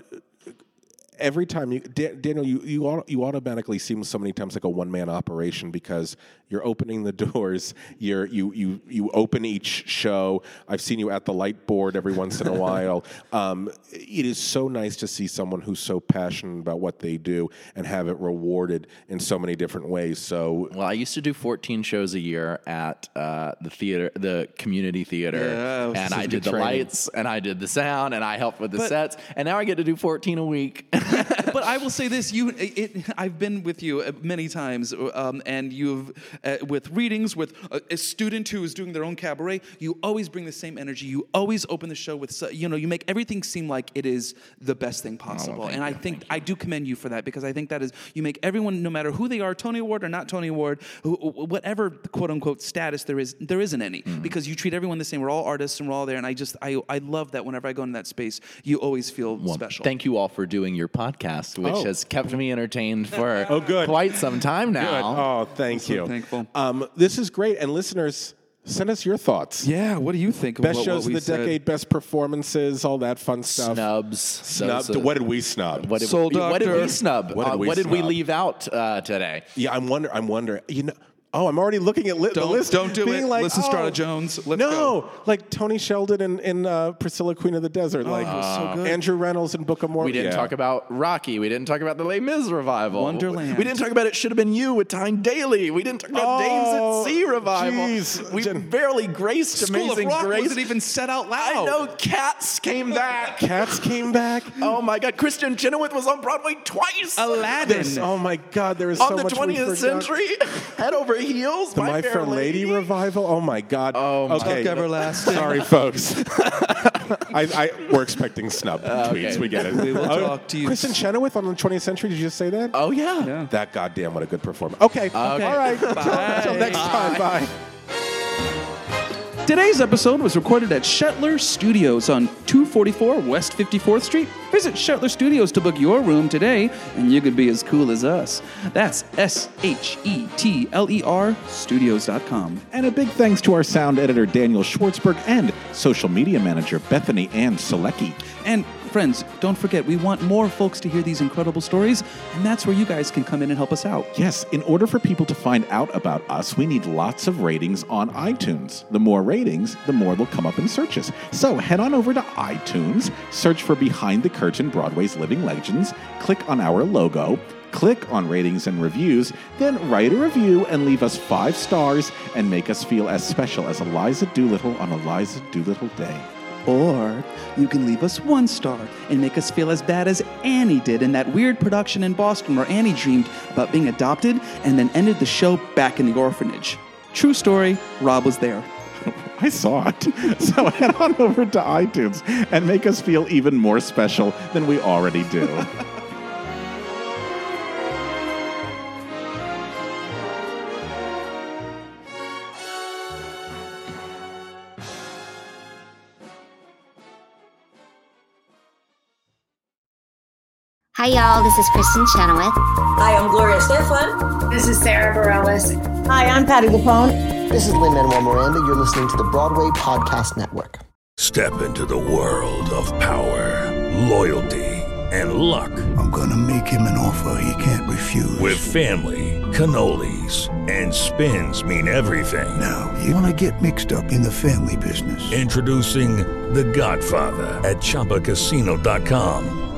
Speaker 4: every time you Da- Daniel, you you au- you automatically seem so many times like a one man operation because you're opening the (laughs) doors, you're you you you open each show. I've seen you at the light board every once in a while. Um, it is so nice to see someone who's so passionate about what they do and have it rewarded in so many different ways. So
Speaker 5: Well, I used to do 14 shows a year at uh, the theater, the community theater,
Speaker 4: Yeah, it was
Speaker 5: and
Speaker 4: such
Speaker 5: I
Speaker 4: good
Speaker 5: did the
Speaker 4: training.
Speaker 5: lights, and I did the sound, and I helped with the
Speaker 2: But-
Speaker 5: sets, and now I get to do 14 a week.
Speaker 2: but I will say this: you, it, I've been with you uh, many times, um, and you've uh, with readings with uh, a, a student who is doing their own cabaret. You always bring the same energy. You always open the show with, so- you know, you make everything seem like it is the best thing possible. and I think I do commend you for that because I think that is you make everyone, no matter who they are, Tony Award or not Tony Award, who, whatever quote unquote status there is, there isn't any because you treat everyone the same. We're all artists and we're all there. And I just I I love that whenever I go into that space, you always feel special.
Speaker 5: Thank you all for doing your podcast, which
Speaker 2: Oh.
Speaker 5: has kept me
Speaker 4: (laughs)
Speaker 5: entertained for quite some time now.
Speaker 4: Oh, Good. Oh, thank
Speaker 5: so
Speaker 4: you. Um, this is great. And listeners, send us your thoughts.
Speaker 2: Yeah, what do you think? of
Speaker 4: Best
Speaker 2: what-
Speaker 4: shows
Speaker 2: what we
Speaker 4: of the
Speaker 2: said?
Speaker 4: decade, best performances, all that fun stuff.
Speaker 5: Snubs.
Speaker 4: Snubbed.
Speaker 5: Those are-
Speaker 4: what did we snub?
Speaker 5: What did, we, what did we snub?
Speaker 4: What did,
Speaker 5: Uh,
Speaker 4: we,
Speaker 5: what did we
Speaker 4: snub?
Speaker 5: leave out uh, today?
Speaker 4: Yeah, I'm wonder. I'm wondering. You know. Oh, I'm already looking at li- the
Speaker 2: Don't-
Speaker 4: list.
Speaker 2: don't do
Speaker 4: being
Speaker 2: it.
Speaker 4: Like,
Speaker 2: Listen,
Speaker 4: oh,
Speaker 2: Strata Jones, let's
Speaker 4: no, like Tony Sheldon and, and uh, Priscilla, Queen of the Desert. like
Speaker 5: Oh,
Speaker 4: uh,
Speaker 5: it was so good.
Speaker 4: Andrew Reynolds and Book of Mormon.
Speaker 5: We didn't
Speaker 4: Yeah.
Speaker 5: talk about Rocky. We didn't talk about the Les Mis revival.
Speaker 4: Wonderland.
Speaker 5: We didn't talk about It Should Have Been You with Tyne Daly. We didn't talk about
Speaker 4: Oh,
Speaker 5: Dames at Sea revival.
Speaker 4: jeez.
Speaker 5: We barely graced
Speaker 2: School
Speaker 5: Amazing
Speaker 2: of Rock
Speaker 5: Grace.
Speaker 2: wasn't even set out loud.
Speaker 5: I know Cats came
Speaker 4: (laughs)
Speaker 5: back.
Speaker 4: Cats came back.
Speaker 5: oh my God, Christian Chenoweth was on Broadway twice.
Speaker 4: There's- oh my God, there is
Speaker 5: on
Speaker 4: so
Speaker 5: the
Speaker 4: much we forgot.
Speaker 5: 20th century, (laughs) head over heels.
Speaker 4: The My Fair Lady revival. Oh my God. Oh
Speaker 5: my
Speaker 4: okay.
Speaker 5: Fuck everlasting.
Speaker 4: Sorry,
Speaker 5: (laughs)
Speaker 4: folks. I, I we're expecting snub tweets.
Speaker 5: Uh, okay.
Speaker 4: We get it.
Speaker 5: We will
Speaker 4: Oh,
Speaker 5: talk to you.
Speaker 4: Kristen Chenoweth on the 20th century. Did you just say that?
Speaker 5: Oh yeah.
Speaker 4: That goddamn what a good performance. Okay.
Speaker 2: Okay.
Speaker 4: All right. Till- Till next time. Bye.
Speaker 2: Today's episode was recorded at Shetler Studios on 244 West 54th Street. Visit Shetler Studios to book your room today, and you could be as cool as us. That's S H E T L E R studios.com.
Speaker 3: And a big thanks to our sound editor, Daniel Schwartzberg, and social media manager, Bethany Ann Selecki.
Speaker 2: And friends, don't forget, we want more folks to hear these incredible stories, and that's where you guys can come in and help us out.
Speaker 3: Yes, in order for people to find out about us, we need lots of ratings on iTunes. The more ratings, the more they'll come up in searches. So head on over to iTunes, search for Behind the Curtain Broadway's Living Legends, click on our logo, click on ratings and reviews, then write a review and leave us five stars and make us feel as special as Eliza Doolittle on Eliza Doolittle Day.
Speaker 2: Or you can leave us one star and make us feel as bad as Annie did in that weird production in Boston where Annie dreamed about being adopted and then ended the show back in the orphanage. True story, Rob was there.
Speaker 3: I saw it. (laughs) So head on over to iTunes and make us feel even more special than we already do.
Speaker 6: Hi, y'all. This is Kristen Chenoweth. Hi, I'm Gloria Stefan. This is Sarah Bareilles. Hi, I'm Patty Lapone.
Speaker 7: This is Lynn Manuel Miranda. You're listening to the Broadway Podcast Network.
Speaker 8: Step into the world of power, loyalty, and luck. I'm going to make him an offer he can't refuse. With family, cannolis, and spins mean everything. Now, you want to get mixed up in the family business? Introducing The Godfather at ChumbaCasino.com.